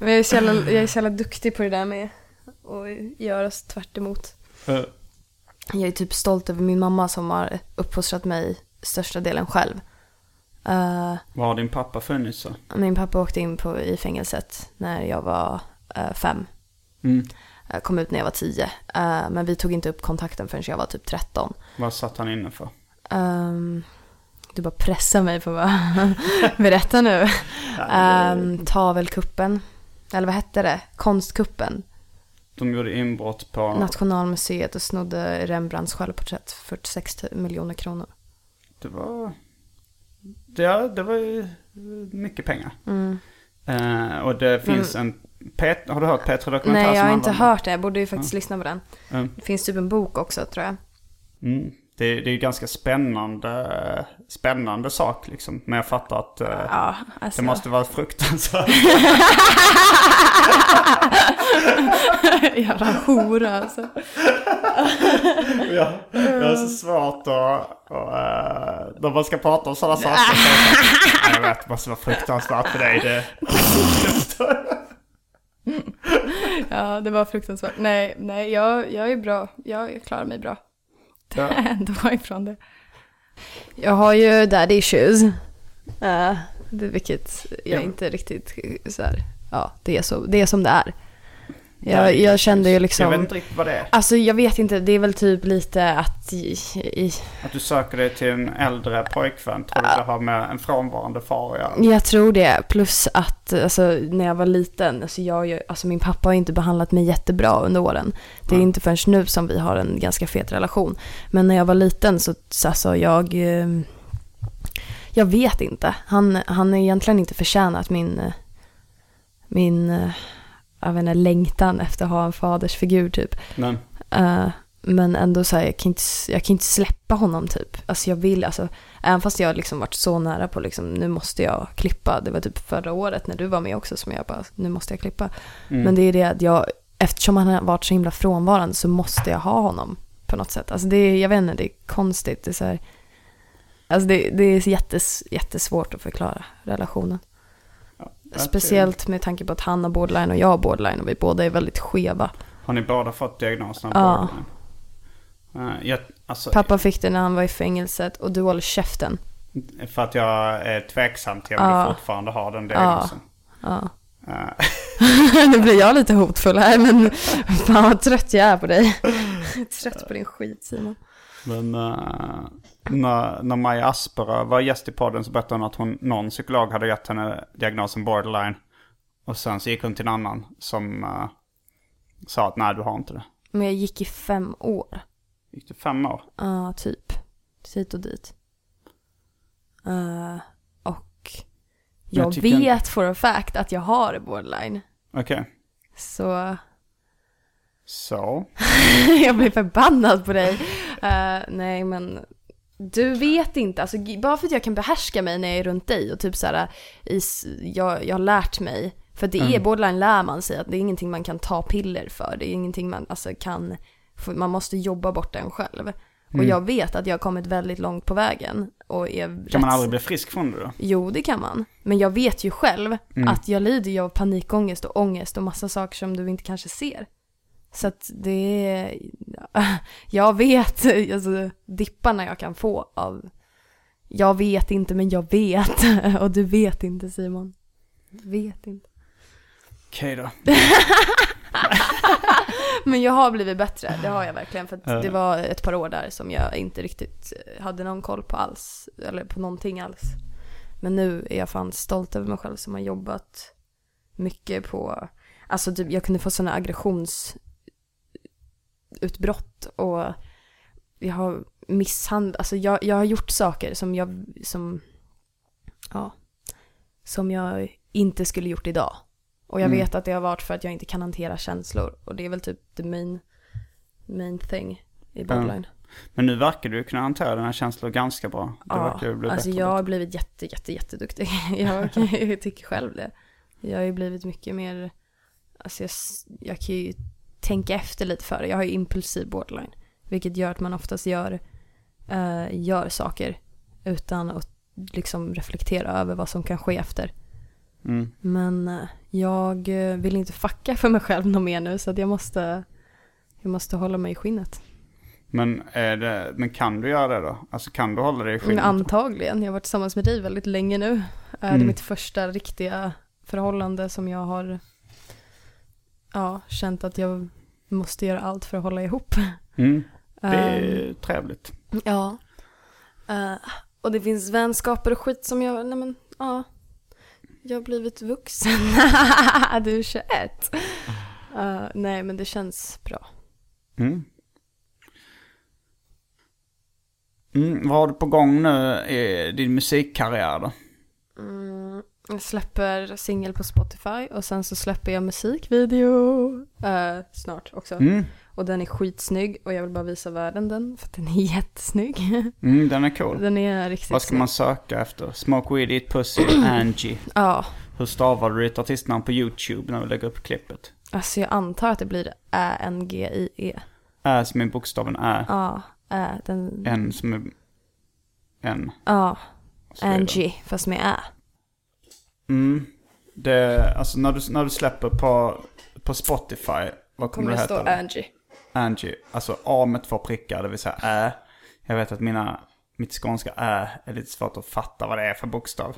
Men jag är så jävla, jag är så jävla duktig på det där med att göra så tvärt emot. Eh, Jag är typ stolt över min mamma som har uppfostrat mig största delen själv. Eh, Var har din pappa funnits så? min pappa åkte in på, i fängelset när jag var eh, fem. Mm. Eh, kom ut när jag var tio. Eh, men vi tog inte upp kontakten förrän jag var typ 13. Vad satt han inne för? Ehm, du bara pressar mig på att bara berätta nu. Um, tavelkuppen, eller vad hette det? Konstkuppen. De gjorde inbrott på... Nationalmuseet och snodde Rembrandts självporträtt för 46 miljoner kronor. Det var... Det, det var ju mycket pengar. Mm. Eh, och det finns en... Pet, har du hört Petra Dokumentär Nej, jag som har inte handlar om hört det. Jag borde ju faktiskt lyssna på den. det? Mm. Det finns typ en bok också tror jag. Mm. Det, det är ju ganska spännande, spännande sak liksom. Men jag fattar att eh, alltså. Mm. det måste vara fruktansvärt. Jävla hora alltså. jag, jag har så svårt att... Och, eh, när man ska prata om sådana saker. Så, Nej, jag vet, det måste vara fruktansvärt för dig. Det, Ja, det var fruktansvärt. Nej, nej, jag, jag är bra. Jag klarar mig bra. Ja. Ändå var ifrån det. Jag har ju daddy issues. Uh, det, vilket jag Ja. inte riktigt så här. Ja, det är, så, det är som det är. Daddy Jag, jag kände ju liksom... jag vet inte riktigt vad det är. Alltså jag vet inte, det är väl typ lite att... I, i, Att du söker dig till en äldre pojkvän tror du det har med en frånvarande far att göra? jag tror det, plus att alltså, när jag var liten, alltså, jag, har ju- alltså min pappa har ju inte behandlat mig jättebra under åren. Det är inte förrän nu som vi har en ganska fet relation. Men när jag var liten så, så alltså, jag... eh, Jag vet inte. Han, han är egentligen inte förtjänat min... eh, Min... eh, Jag vet inte, längtan efter att ha en fadersfigur typ. Men, Eh, men ändå så här, jag kan, inte, jag kan inte släppa honom typ. Alltså jag vill, alltså, även fast jag har liksom varit så nära på liksom, nu måste jag klippa. Det var typ förra året när du var med också som jag bara, nu måste jag klippa. Mm. Men det är det att jag, eftersom han har varit så himla frånvarande så måste jag ha honom på något sätt. Alltså det är, jag vet inte, det är konstigt. Det är, så här, alltså det, det är jättes, jättesvårt att förklara relationen. Speciellt med tanke på att han har borderline och jag har borderline och vi båda är väldigt skeva. Har ni båda fått diagnosen? av Ja. borderline? Eh, jag, alltså, Pappa fick det när han var i fängelset och du håller käften. För att jag är tveksam till om Ja. du fortfarande har den diagnosen. Ja. Eh, nu blir jag lite hotfull här men fan vad trött jag är på dig. trött på din skit Simon. Men eh, när, när Maja Asperö var gäst i podden så berättade hon att hon, någon psykolog hade gett henne diagnosen borderline. Och sen så gick hon till en annan som eh, sa att nej du har inte det. Men jag gick i fem år. Gick det fem år? Ja, typ. Hit och dit. Eh, och Men jag jag tycker- vet for a fact att jag har borderline. Okej. Så Så. jag blir förbannad på dig. Eh, nej men du vet inte, alltså, g- bara för att jag kan behärska mig när jag är runt dig och typ så här, i, s- jag, jag har lärt mig, för det är Mm. borderline lär man sig att det är ingenting man kan ta piller för, det är ingenting man alltså, kan, för man måste jobba bort den själv. Och Mm. jag vet att jag har kommit väldigt långt på vägen och är Kan man aldrig bli frisk från det då? Jo, det kan man. Men jag vet ju själv Mm. att jag lider ju av panikångest och ångest och massa saker som du inte kanske ser. Så att det är... Jag vet alltså, dipparna jag kan få av... Jag vet inte, men jag vet. Och du vet inte, Simon. Du vet inte. Okej då. Men jag har blivit bättre, det har jag verkligen. För Ja. att det var ett par år där som jag inte riktigt hade någon koll på alls. Eller på någonting alls. Men nu är jag fan stolt över mig själv som har jobbat mycket på... Alltså typ, jag kunde få sådana aggressionsutbrott och jag har misshandlat... Alltså jag, jag har gjort saker som jag... Som, ja, som jag inte skulle gjort idag. Och jag Mm. vet att det har varit för att jag inte kan hantera känslor. Och det är väl typ the main, main thing i borderline. Men nu verkar du kunna hantera dina känslor ganska bra. Du verkar ju bli alltså bättre. jag har blivit jätte, jätte, jätteduktig. jag, kan- jag tycker själv det. Jag har ju blivit mycket mer, alltså jag, s- jag kan ju tänka efter lite före. Jag har ju impulsiv borderline. Vilket gör att man oftast gör, eh, gör saker utan att liksom reflektera över vad som kan ske efter. Mm. Men eh, jag eh, vill inte fucka för mig själv något mer nu så att jag måste, jag måste hålla mig i skinnet. Men, är det, men kan du göra det då? Alltså kan du hålla dig i Men skinnet? antagligen. Jag har varit tillsammans med dig väldigt länge nu. Är Det Mm. är mitt första riktiga förhållande som jag har ja, känt att jag måste göra allt för att hålla ihop. Mm. Det är Ehm, trevligt. Ja. Eh, och det finns vänskaper och skit som jag, nej men, ja. Jag har blivit vuxen. du är 21. Eh, nej men det känns bra. Mm. Mm, vad har du på gång nu i din musikkarriär då? Mm, jag släpper singel på Spotify och sen så släpper jag musikvideo eh, snart också. Mm. Och den är skitsnygg och jag vill bara visa världen den för att den är jättesnygg. Mm, den är cool. Den är riktigt vad ska snygg. man söka efter? Smoke weed, eat pussy, Angie. Ja, Hur stavar du ditt artistnamn på YouTube när vi lägger upp klippet? alltså jag antar att det blir Ä-N-G-I-E. Ä som är bokstaven Ä. Ja, Ä, den... N som är... N. Ja, är det. Angie, fast med Ä. Mm. Det, alltså när du, när du släpper på, på Spotify, vad kommer, Kommer det det stå heta? då? Angie? Angie. Alltså A med två prickar, det vill säga Ä. Jag vet att mina, mitt skånska Ä är lite svårt att fatta vad det är för bokstav.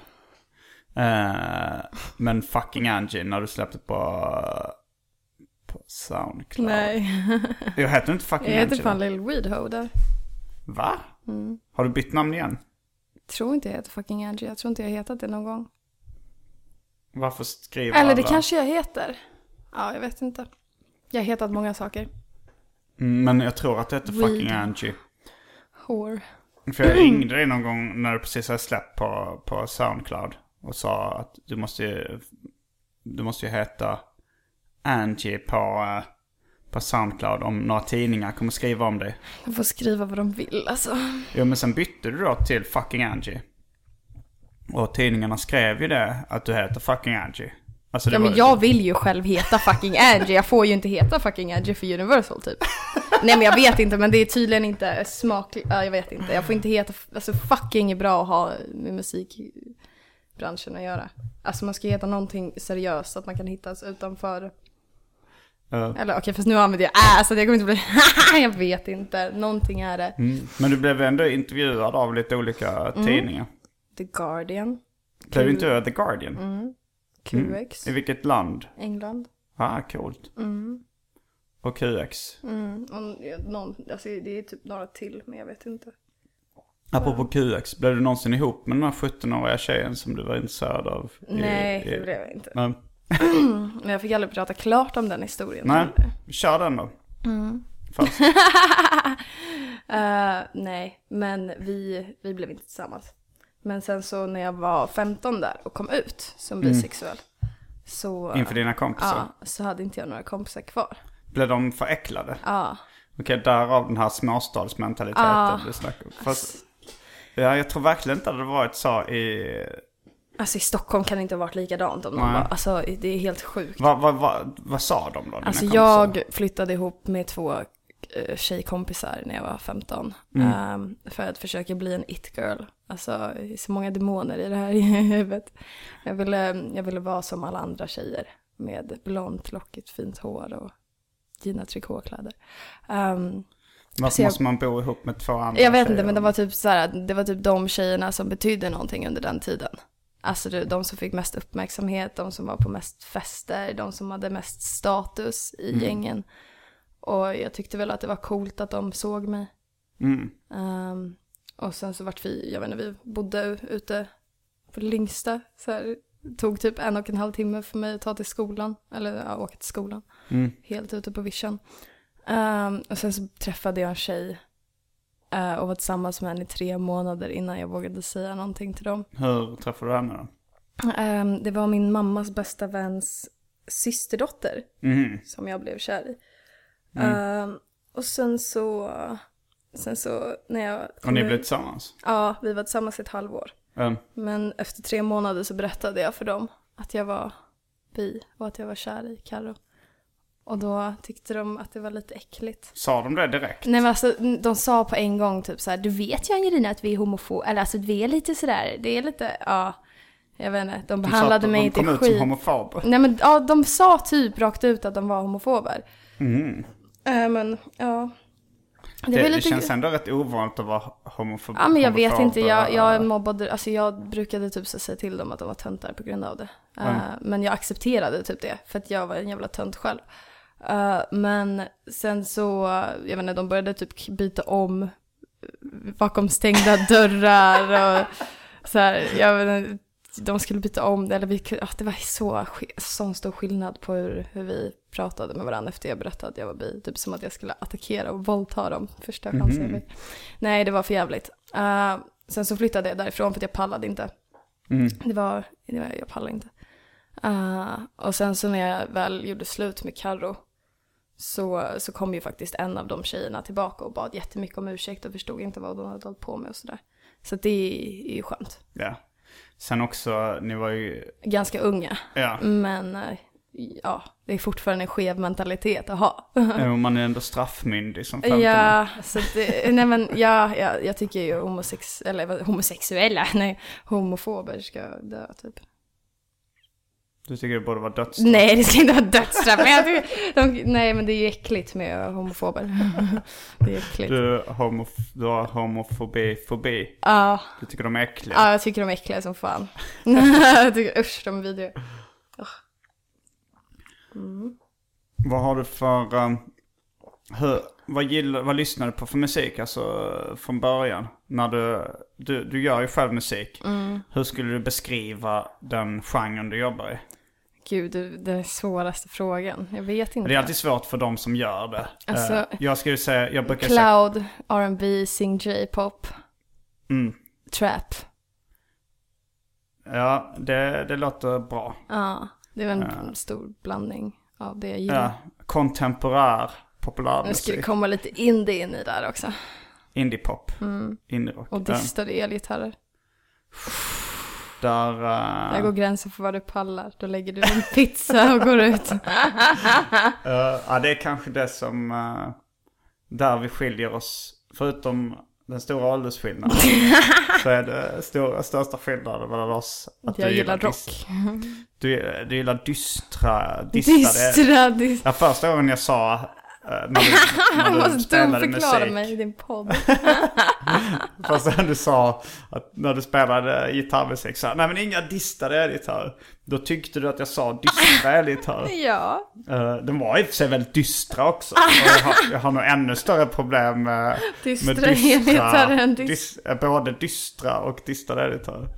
Eh, men fucking Angie, när du släppte på, på Soundcloud. Nej. Jag heter inte jag fucking heter Angie. fan då. Lil Weedho där. Va? Mm. Har du bytt namn igen? Tror inte jag heter fucking Angie, jag tror inte jag hetat det någon gång. Varför skriver Eller det alla- kanske jag heter. Ja, jag vet inte. Jag har hetat många saker. Mm, Men jag tror att det heter fucking Weed. Angie. Hår. För jag ringde dig någon gång när du precis hade släppt på, på Soundcloud. Och sa att du måste ju, du måste ju heta Angie på, eh, på Soundcloud om några tidningar kommer skriva om dig. De får skriva vad de vill alltså. Jo men sen bytte du då till fucking Angie. Och tidningarna skrev ju det att du heter fucking Angie. Alltså, det Ja var men ju- jag vill ju själv heta fucking Angie, jag får ju inte heta fucking Angie för Universal typ. Nej men jag vet inte men det är tydligen inte smakligt, ja, jag vet inte. Jag får inte heta, alltså fucking är bra att ha med musikbranschen att göra. Alltså man ska heta någonting seriöst så att man kan hittas utanför. Ja. Eller okej fast nu använder jag äh så det kommer inte bli, jag vet inte, någonting är det. Mm. Men du blev ändå intervjuad av lite olika tidningar. The Guardian, Blev du Mm. Kul. intervjuad av The Guardian? mm. Mm. QX, I vilket land? England. Ah, coolt. Mm. Och QX. Mm. Och någon, alltså det är typ några till men jag vet inte. Apropå QX, blev du någonsin ihop med den här 17-åriga tjejen som du var intresserad av? i- Nej, i- det blev jag inte. Men, Men jag fick aldrig prata klart om den historien. nej, kör den då. Mm. Fast. Eh, nej, men vi, vi blev inte tillsammans. Men sen så när jag var 15 där och kom ut som Mm. bisexuell. Så, Inför dina kompisar? Ja, så hade inte jag några kompisar kvar. Blev de föräcklade? Ja, Okej, därav den här småstadsmentaliteten Ja. du snackar om. Fast, ja, jag tror verkligen inte att det hade varit så i... alltså i Stockholm kan det inte ha varit likadant om Nej. någon var, alltså det är helt sjukt. Vad va, va, vad sa de då? dina Alltså kompisar? jag flyttade ihop med två eh, tjejkompisar när jag var 15. Mm. ehm, för att försöka bli en it-girl. Alltså det är så många demoner i det här i huvudet. Jag ville, jag ville vara som alla andra tjejer. Med blont, lockigt, fint hår och fina trikåkläder. Ehm, Varför så jag- måste man bo ihop med två andra jag vet tjejer? inte, men det var, typ så här, det var typ de tjejerna som betydde någonting under den tiden. Alltså det- de som fick mest uppmärksamhet, de som var på mest fester, de som hade mest status i Mm. gängen. Och jag tyckte väl att det var coolt att de såg mig. Mm. Ehm, och sen så vart vi, jag vet inte, vi bodde ute på Lingsta. Så här, tog typ en och en halv timme för mig att ta till skolan, eller ja, åka till skolan Mm. helt ute på vischan. Ehm, och sen så träffade jag en tjej eh, och var tillsammans med henne i tre månader innan jag vågade säga någonting till dem. Hur träffade du henne då? Ehm, det var min mammas bästa väns systerdotter Mhm. som jag blev kär i. Mm. Ehm, och sen så, sen så när jag... Och ni blev tillsammans? Ja, vi var tillsammans ett halvår. Mm. Men efter tre månader så berättade jag för dem att jag var bi och att jag var kär i Karo. Och då tyckte de att det var lite äckligt. Sa de det direkt? Nej men alltså de sa på en gång typ så här, du vet ju Angelina att vi är homofo, eller alltså att vi är lite sådär, det är lite, ja, jag vet inte, de De sa behandlade att mig de inte kom ut som skit. homofober. Nej men ja, de sa typ rakt ut att de var homofober. Mm. Äh, men ja. Det, det, känns ändå rätt ovanligt att vara homofob. Ja men jag vet homofob, inte, jag, eller- jag mobbade, alltså jag brukade typ så säga till dem att de var töntar på grund av det. Eh, Mm. men jag accepterade typ det, för att jag var en jävla tönt själv. Eh, men sen så, jag vet inte, de började typ byta om bakom stängda dörrar och så här, jag vet inte, de skulle byta om det, eller vi, kunde- ah, det var så, sk- sån stor skillnad på hur, hur vi pratade med varandra efter jag berättade att jag var bi. Typ som att jag skulle attackera och våldta dem första chansen jag Mhm. fick. Nej, det var för jävligt. Eh, sen så flyttade jag därifrån för att jag pallade inte. Mm. Det, var, det var, jag pallade inte. Eh, och sen så när jag väl gjorde slut med Karo så, så kom ju faktiskt en av de tjejerna tillbaka och bad jättemycket om ursäkt och förstod inte vad de hade hållit på med och sådär. Så att det är ju skönt. Ja. Sen också, ni var ju... Ganska unga. Ja. Men eh, ja, det är fortfarande en skev mentalitet att ha. eh, Man är ändå straffmyndig som 15 Ja, så att det, nej men ja, ja, jag tycker ju homosex, eller, vad- homosexuella, nej, homofober ska dö typ. Du tycker det borde vara dödsstraff? Nej, det ska inte vara dödsstraff. Men jag tycker, de, nej, men det är ju äckligt med homofober. Det är äckligt. Du, homof- du har homofobi, fobi. Ja. Du tycker de är äckliga? Ja, jag tycker de är äckliga som fan. jag tycker, usch, de är vidriga. Ugh. Mm. Vad har du för... Um, hur, vad, gillar, vad lyssnar du på för musik? Alltså eh, från början. När du, du, du gör ju själv musik. Mm. Hur skulle du beskriva den genren du jobbar i? Gud, det det är den svåraste frågan. Jag vet inte. Det är alltid svårt för de som gör det. Alltså- Eh, jag skulle säga, jag brukar säga... Cloud, R&B, sing J-pop, Mm, trap. ja, det, det låter bra. Ja, det var en Ja. stor blandning av det jag gillar. Ja, kontemporär nu ska det populärmusik. komma lite indie in i där också. Indiepop. Mm. Indierock. Och Ja. distade elgitarrer. Där... Där eh, går gränsen för vad du pallar. Då lägger du din pizza och går ut. Eh, ja, det är kanske det som... eh, där vi skiljer oss. Förutom den stora åldersskillnaden. så är det stora, största skillnaden mellan oss. Att jag du gillar rock. dys- Du, du gillar dystra, distade... Dystra, dystra. Ja, första gången jag sa... eh, när du, när Han du måste spelade dumförklara musik. mig i din podd. Fast sen du sa att när du spelade gitarrmusik så här, nej men inga distade elgitarrer. Då tyckte du att jag sa dystra elgitarrer. ja, Eh, de var i och för sig väldigt dystra också. Och jag, har, jag har nog ännu större problem med, Dystra med dystra, elgitarrer än dys- dys, eh, både dystra och dystade elgitarrer.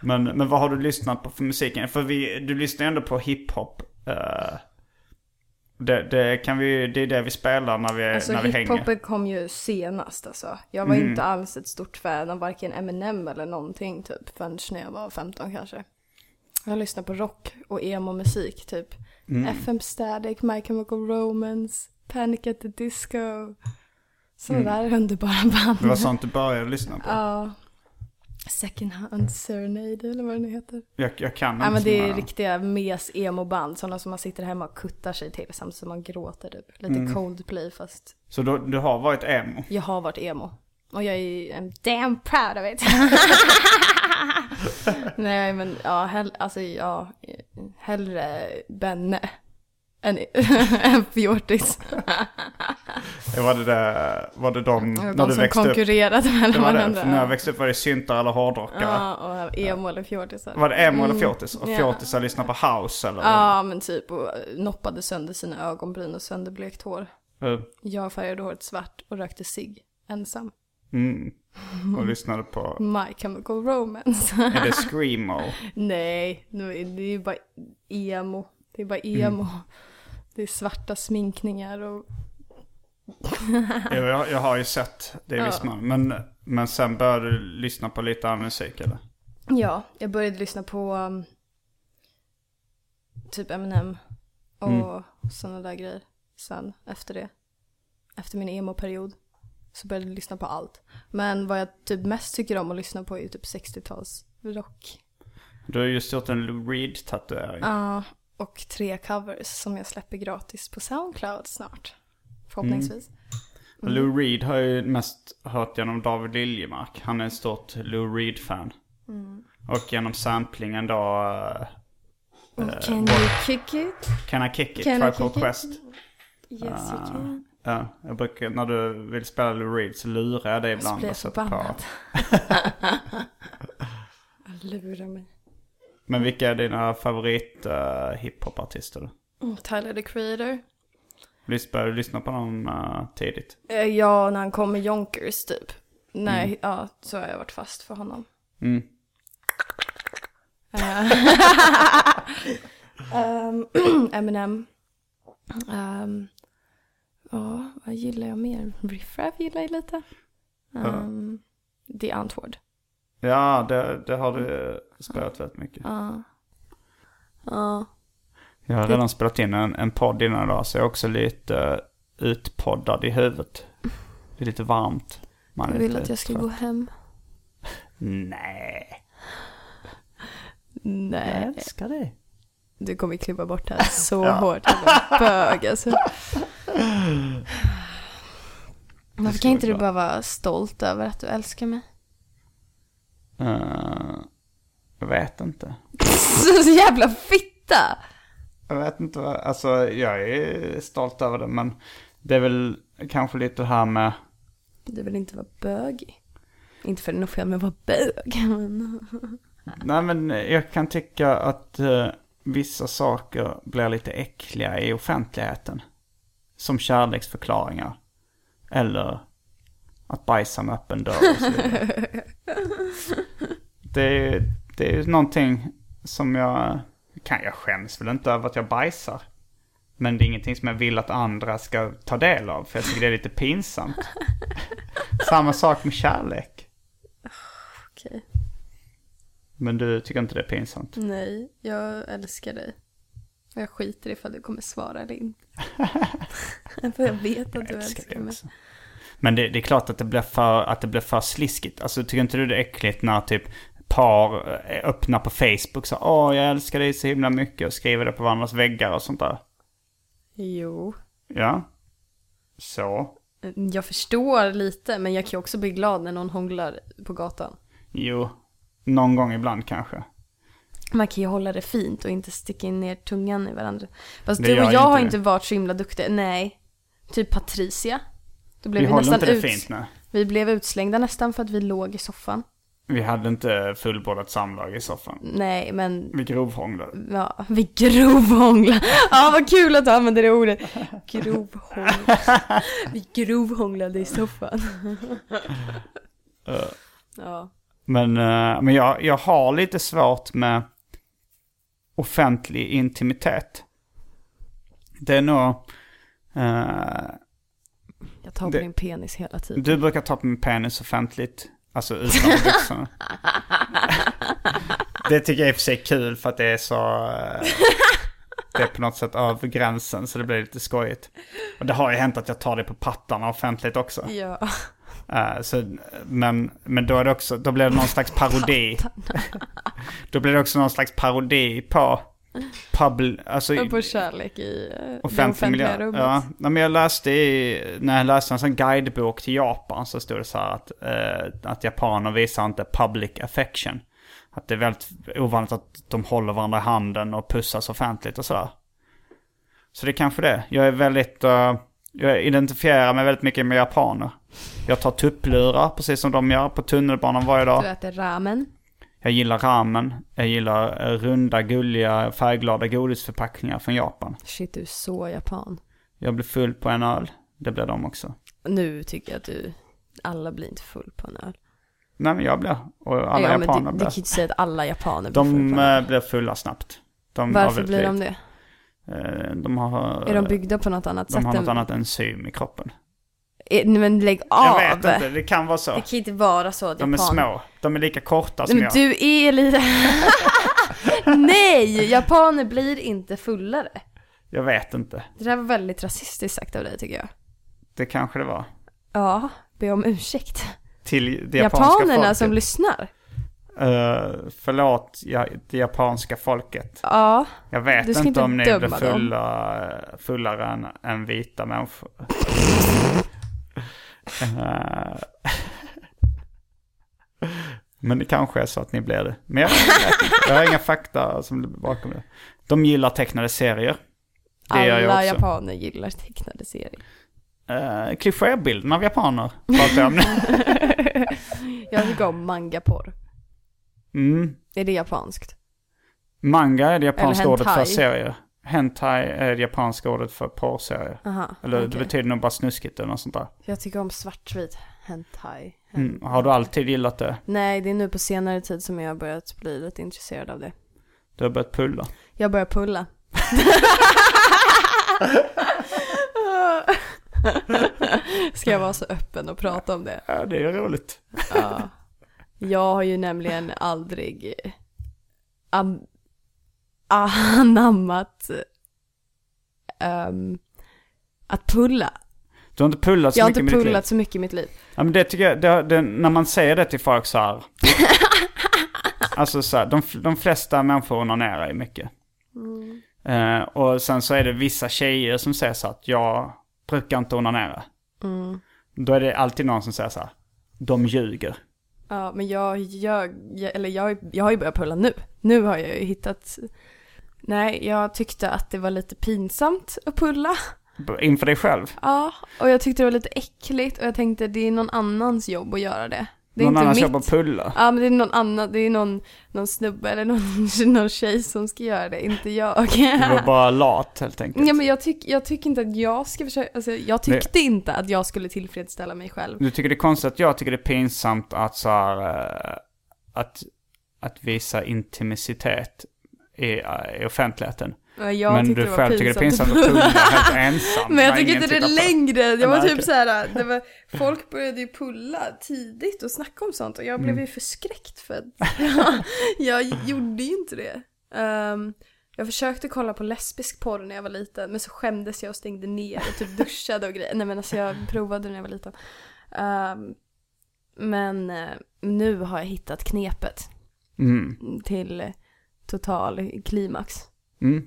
Men, men vad har du lyssnat på för musiken? För vi, du lyssnar ju ändå på hiphop. eh, det, det, kan vi, det är det vi spelar när vi, alltså Eh, när vi hänger. hiphopen kom ju senast alltså. Jag var Mm. inte alls ett stort fan av varken Eminem eller någonting typ förrän när jag var 15 kanske. Jag lyssnade på rock och emo-musik typ. Mm. FM Static, My Chemical Romance, Panic at the Disco. Sådana Mm. där underbara band. Det var sånt du började lyssna på. Ja. Second Hand Serenade eller vad den heter. Jag, jag kan Ja inte men det är såna- riktiga mes emo-band, sådana som man sitter hemma och kuttar sig till samtidigt som man gråter typ. Lite Mm. Coldplay fast Så du, du har varit emo? jag har varit emo. Och jag är I'm damn proud of it. Nej men ja, hell, alltså ja, hellre Benne än, än fjortis. Det Var det, det, var det de, Det var när de du som växte konkurrerade upp? mellan det var varandra, Det. För när jag ja. växte upp var det syntare eller hårdrockare. ja, och emo eller fjortisar. Var det emo eller Mm, fjortis? Och ja. fjortisar lyssnade på house eller? Ja men typ och noppade sönder sina ögonbryn och sönderblekt hår. Eh, Jag färgade håret svart och rökte cigg ensam. Mm. Och lyssnade på... My Chemical Romance. Är det screamo? Nej, nu är det är ju bara emo. Det är bara Mm. emo. Det är svarta sminkningar och... Jo, jag, jag har ju sett det i viss Ja. mån. Men, men sen började du lyssna på lite annan musik eller? Ja, jag började lyssna på um, typ Eminem och Mm. såna där grejer. Sen efter det, efter min emo-period, så började jag lyssna på allt. Men vad jag typ mest tycker om att lyssna på är ju typ 60-tals rock. Du har just gjort en Lou Reed-tatuering. Ja, och tre covers som jag släpper gratis på Soundcloud snart. Mm. Förhoppningsvis. Och Lou Reed har jag ju mest hört genom David Liljemark. Han är ett stort Lou Reed-fan. Mm. Och genom samplingen då... eh, eh, Can you kick it? Can I kick it? Can I Tribe kick Called it? Quest. Yes you Ah. can. Ja, jag brukar, när du vill spela Lou Reed så lurar jag dig Så ibland blir jag och sätter på. förbannad. Jag lurar mig. Men vilka är dina favorit uh, hiphopartister? Mm, Tyler the Creator. Lys- Började du lyssna på dem eh, tidigt? Eh, Ja, när han kom med Jonkers typ. Nej, Mm. ja, så har jag varit fast för honom. Mm. Eh, Ehm, Eminem. Ehm, Ja, vad gillar jag mer? Riff Raff gillar jag lite. Um, The Antwoord. Ja, det, det har du eh, spelat väldigt mycket. Ja. Ja. Jag har redan spelat in en, en podd innan idag så jag är också lite eh, utpoddad i huvudet. Det är lite varmt. Man är Jag ville lite att jag skulle trött. gå hem. Nej. Nej. Jag älskar dig. Du kommer klippa bort det här så Ja. hårt. Jag bög alltså. Varför ska kan inte vara du bara vara stolt över att du älskar mig? Eh, jag vet inte. Så jävla fitta! Jag vet inte vad, alltså jag är stolt över det men det är väl kanske lite det här med, Du vill inte vara bög. Inte för det är något fel med att vara bög. Men... nej men jag kan tycka att eh, vissa saker blir lite äckliga i offentligheten. Som kärleksförklaringar. Eller att bajsa med öppen dörr och så vidare. det, är- det är ju någonting som jag, kan jag skäms väl inte över att jag bajsar. Men det är ingenting som jag vill att andra ska ta del av, för jag tycker det är lite pinsamt. Samma sak med kärlek. Okej. Men du tycker inte det är pinsamt? Nej, jag älskar dig. Och jag skiter ifall du kommer svara eller inte. För jag vet att du älskar mig. också. Men det, det är klart att det blir för, att det blir för sliskigt. Alltså tycker inte du det är äckligt när typ par eh, öppnar på Facebook så åh jag älskar dig så himla mycket och skriver det på varandras väggar och sånt där. Jo. Ja. Så. Jag förstår lite, men jag kan ju också bli glad när någon hånglar på gatan. Jo. Någon gång ibland kanske. Man kan ju hålla det fint och inte sticka in ner tungan i varandra. Fast Det du gör och ju jag inte har det. inte varit så himla duktiga. Nej. Typ Patricia. Då blev Vi vi, håller nästan inte det ut... fint nu. Vi blev utslängda nästan för att vi låg i soffan. Vi hade inte fullbordat samlag i soffan. Nej, men Vi grovhånglade. Ja, vi grovhånglar. Ja, vad kul att du använder det ordet. Grovhånglar. Vi grovhånglade i soffan. Eh, Ja. Men, eh, men jag, jag har lite svårt med offentlig intimitet. Det är nog... eh, Jag tar på Det- din penis hela tiden. du brukar ta på min penis offentligt. Alltså utan byxorna. det tycker jag i och för sig är kul för att det är så... eh, det är på något sätt över gränsen så det blir lite skojigt. Och det har ju hänt att jag tar det på pattarna offentligt också. Ja. Eh, så, men, men då är det också, då blir det någon slags parodi. då blir det också någon slags parodi på public, alltså i På kärlek i eh, det offentlig offentliga miljö. rummet. Ja, Nej, men jag läste i, när jag läste en sån guidebok till Japan så stod det så här att, eh, att japaner visar inte public affection. Att det är väldigt ovanligt att de håller varandra i handen och pussas offentligt och sådär. Så det är kanske det. Jag är väldigt, eh, jag identifierar mig väldigt mycket med japaner. Jag tar tupplurar, precis som de gör, på tunnelbanan varje dag. Du äter ramen. Jag gillar ramen. Jag gillar eh, runda, gulliga, färgglada godisförpackningar från Japan. Shit, du är så japan. Jag blir full på en öl. Det blir de också. Nu tycker jag att du... Alla blir inte full på en öl. Nej men jag blir. Och alla ja, men japaner du, du blir. kan ju inte säga att alla japaner blir full De på en öl. eh, blir fulla snabbt. De har Varför väldigt blir de lite- det? eh, De har... Är de byggda på något annat de sätt? har något än- annat enzym i kroppen. Eh, nej, Men lägg Jag av! vet inte, det kan vara så. Det kan inte vara så att De är japaner- små. De är lika korta Nej, som men jag. du är lite... Nej, japaner blir inte fullare. Jag vet inte. Det där var väldigt rasistiskt sagt av dig tycker jag. Det kanske det var. Ja, be om ursäkt. Till det japanska Japanerna folket. som lyssnar. Eh, förlåt, ja, det japanska folket. Ja. Jag vet Du ska inte, inte om ni blir döma dem. fulla, fullare än, än vita människor. Eh, Men det kanske är så att ni blir det. Men jag, jag har inga fakta som ligger bakom det. De gillar tecknade serier. Det gör jag Alla också. japaner gillar tecknade serier. Eh, klichébilden av japaner pratar jag om nu. Jag tycker om mangaporr. Mm. Är det japanskt? Manga är det japanska Eller ordet för hentai. serier. Hentai är det japanska ordet för porrserier. Aha, Eller det okej. betyder nog bara snuskigt eller något sånt där. Jag tycker om svartvit hentai. Mm. Har du alltid gillat det? Nej, det är nu på senare tid som jag har börjat bli lite intresserad av det. Du har börjat pulla. Jag börjar pulla. Ska jag vara så öppen och prata om det? Ja, det är roligt. Ja. Jag har ju nämligen aldrig eh, am- anammat ehm, att pulla. Du har inte pullat så Jag har mycket inte i ditt liv. pullat så mycket i mitt liv. Ja, men det tycker jag, det, det, när man säger det till folk så här. alltså så här, de, de flesta människor onanerar ju mycket. Mm. Eh, och sen så är det vissa tjejer som säger så här att jag brukar inte onanera. Mm. Då är det alltid någon som säger så här, de ljuger. Ja, men jag, jag, jag, eller jag, jag har ju börjat pulla nu. Nu har jag ju hittat... Nej, jag tyckte att det var lite pinsamt att pulla. B- Inför dig själv. Ja, och jag tyckte det var lite äckligt och jag tänkte det är någon annans jobb att göra det. Det är någon inte annan mitt. jobbar pulla. Ja, men det är någon annan, det är någon, någon snubbe eller någon, någon tjej som ska göra det, inte jag. Du var bara lat helt enkelt. Ja, men jag tycker jag tycker inte att jag ska försöka, alltså, jag tyckte inte att jag skulle tillfredsställa mig själv. Du tycker det är konstigt att jag tycker det är pinsamt att så här, eh, att, att visa intimitet i, eh, i offentligheten. Ja, jag men tyckte du det var själv tycker det är pinsamt att pinsamt. pulla helt ensam. Men jag när tycker ingen inte det tittar på. längre, jag Nej, var okej. typ såhär, det var, folk började ju pulla tidigt och snacka om sånt och jag blev ju förskräckt för att jag, gjorde ju inte det. Ehm, jag försökte kolla på lesbisk porr när jag var liten men så skämdes jag och stängde ner och typ duschade och grejer. Nej men alltså jag provade när jag var liten. Ehm, men eh, nu har jag hittat knepet Mm. till total klimax. Mm.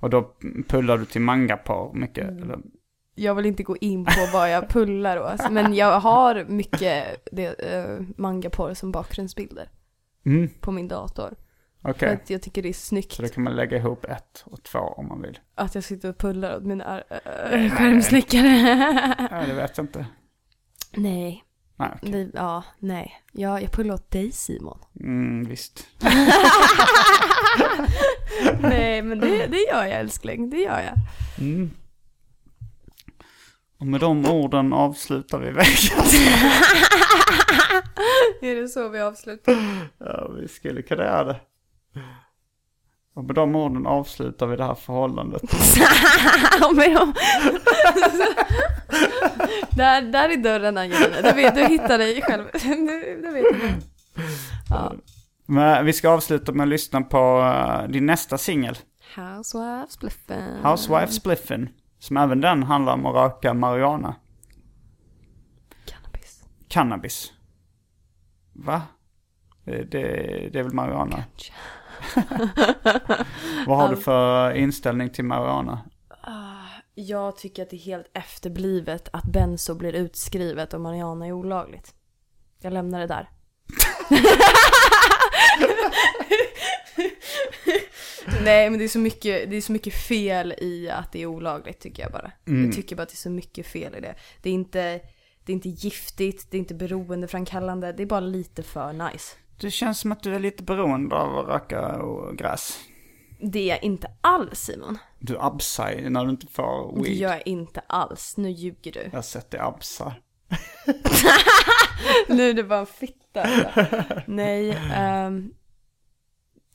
Och då pullar du till mangapar mycket? Mm. Eller? jag vill inte gå in på vad jag pullar och, alltså, men jag har mycket det, eh, mangaporr som bakgrundsbilder Mm. på min dator. Okej, För att jag tycker det är snyggt så då kan man lägga ihop ett och två om man vill. att jag sitter och pullar åt mina äh, skärmsläckare. Ja, det vet jag inte. nej, Nej, okej. det, ja, nej. Ja, jag pullar åt dig Simon. Mm, visst. nej, men det, det gör jag älskling, det gör jag. Mm. Och med de orden avslutar vi veckan. Är det så vi avslutar? Ja, vi skulle kunna göra det. Och med de orden avslutar vi det här förhållandet. Men jag- där, där är dörren Angelina, du, vet, du hittar dig själv. du, du vet du. Ja. Men vi ska avsluta med att lyssna på eh, din nästa singel, Housewives bluffen. Housewife Spliffen. Som även den handlar om att röka marijuana. Cannabis. Cannabis. Va? Eh, Det, det, det är väl marijuana? Vad har du för inställning till marijuana? Jag tycker att det är helt efterblivet att benzo blir utskrivet och marijuana är olagligt. Jag lämnar det där. Nej men det är, så mycket, det är så mycket fel i att det är olagligt tycker jag bara. Jag tycker bara att det är så mycket fel i det. Det är inte, det är inte giftigt, det är inte beroendeframkallande, det är bara lite för nice. Det känns som att du är lite beroende av att röka och gräs. Det är jag inte alls Simon. Du absar när du inte får Det weed. gör jag inte alls, nu ljuger du. Jag har sett dig absa. Nu är det bara en fitta. Nej. ehm,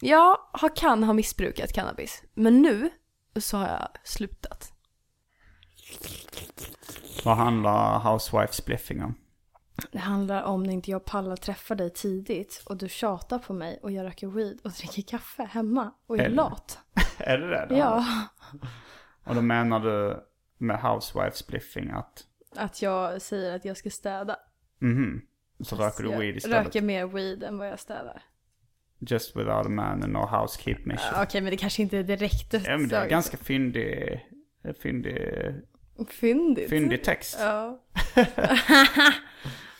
jag har, kan ha missbrukat cannabis. Men nu så har jag slutat. Vad handlar Housewife Spliffing om? Det handlar om när inte jag pallar träffa dig tidigt och du tjatar på mig och jag röker weed och dricker kaffe hemma och jag är Eller- lat. Är det det? Ja, Och då menar du med housewives bliffing att, att jag säger att jag ska städa. mhm, så röker du Jag weed istället. Röker mer weed än vad jag städar. Just without a man and no housekeep mission. Okej, men det kanske inte är direkt Ja, men det är utslaget. ganska fyndig, fyndig, fyndigt. fyndig text. Ja.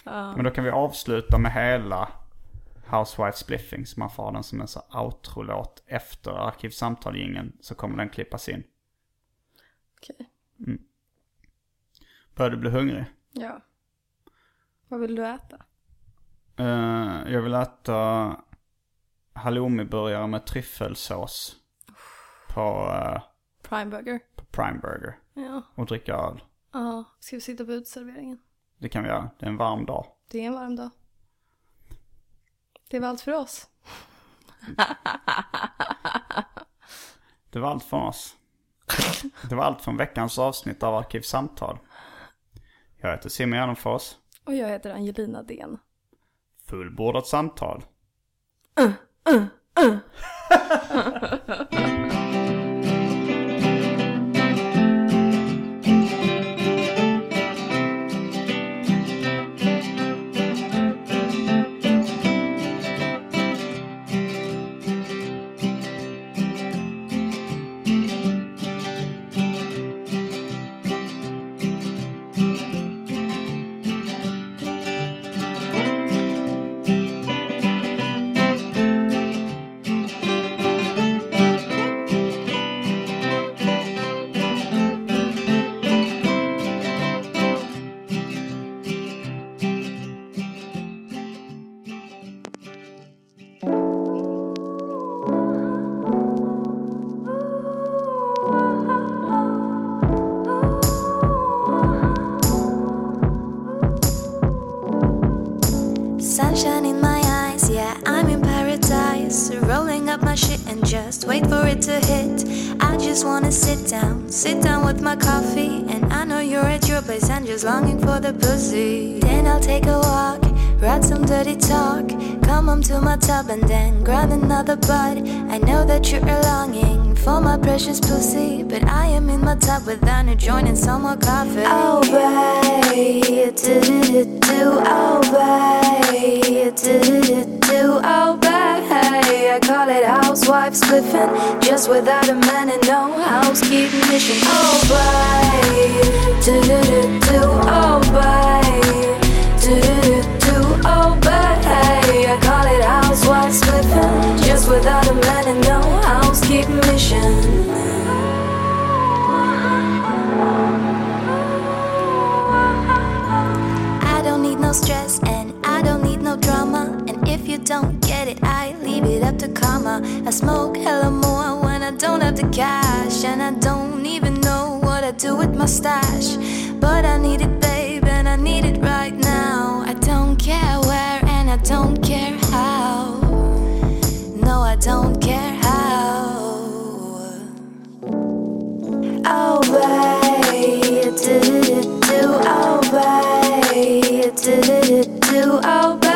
ja. Men då kan vi avsluta med hela Housewives Bliffing så man får ha den som en så outro-låt efter arkivsamtalingen så kommer den klippas in. Okej. Mm. Börjar du bli hungrig? ja. Vad vill du äta? Eh, jag vill äta halloumiburgare med tryffelsås på, eh, Prime burger? på Prime Burger Ja. och dricka öl. Ja. Ska vi sitta på uteserveringen? Det kan vi göra. Det är en varm dag. Det är en varm dag. Det var allt för oss. Det var allt från oss. Det var allt från veckans avsnitt av Arkivsamtal. Jag heter Simon Gärdenfors. Och jag heter Angelina Den. Fullbordat samtal. Sunshine in my eyes, yeah, I'm in paradise. Rolling up my shit and just wait for it to hit. I just wanna sit down, sit down with my coffee. And I know you're at your place, I'm just longing for the pussy. Then I'll take a walk, write some dirty talk. Come home to my tub and then grab another bud. I know that you're longing for my precious pussy. But I am in my tub without a joint and some more coffee. Oh, babe, do, oh, babe, do, oh, babe. I call it housewife spliffing, just without a man and no housekeeping mission. Oh, babe, do, do, oh, babe, do, oh, babe. I call it housewife spliffing, just without a man and no housekeeping mission. I don't need no stress and I don't need no drama. And if you don't get it, I leave it up to karma. I smoke hella more when I don't have the cash. And I don't even know what I do with my stash. But I need it, babe, and I need it right now. I don't care where and I don't care how. No, I don't care how. Oh, babe, do, oh, babe, do, oh, babe.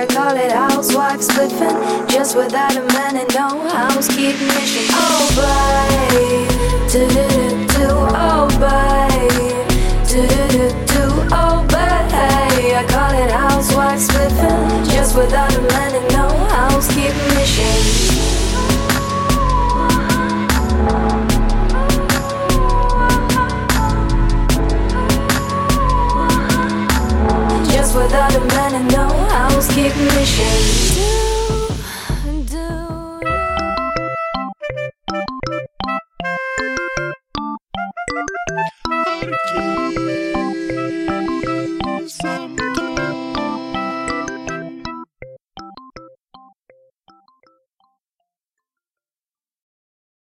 I call it housewife spliffing, just without a man and no housekeeping mission. Oh, babe, do, oh, babe, do, oh, babe. I call it housewife spliffing, just without a man and no housekeeping mission. Just without a man and no housekeeping mission.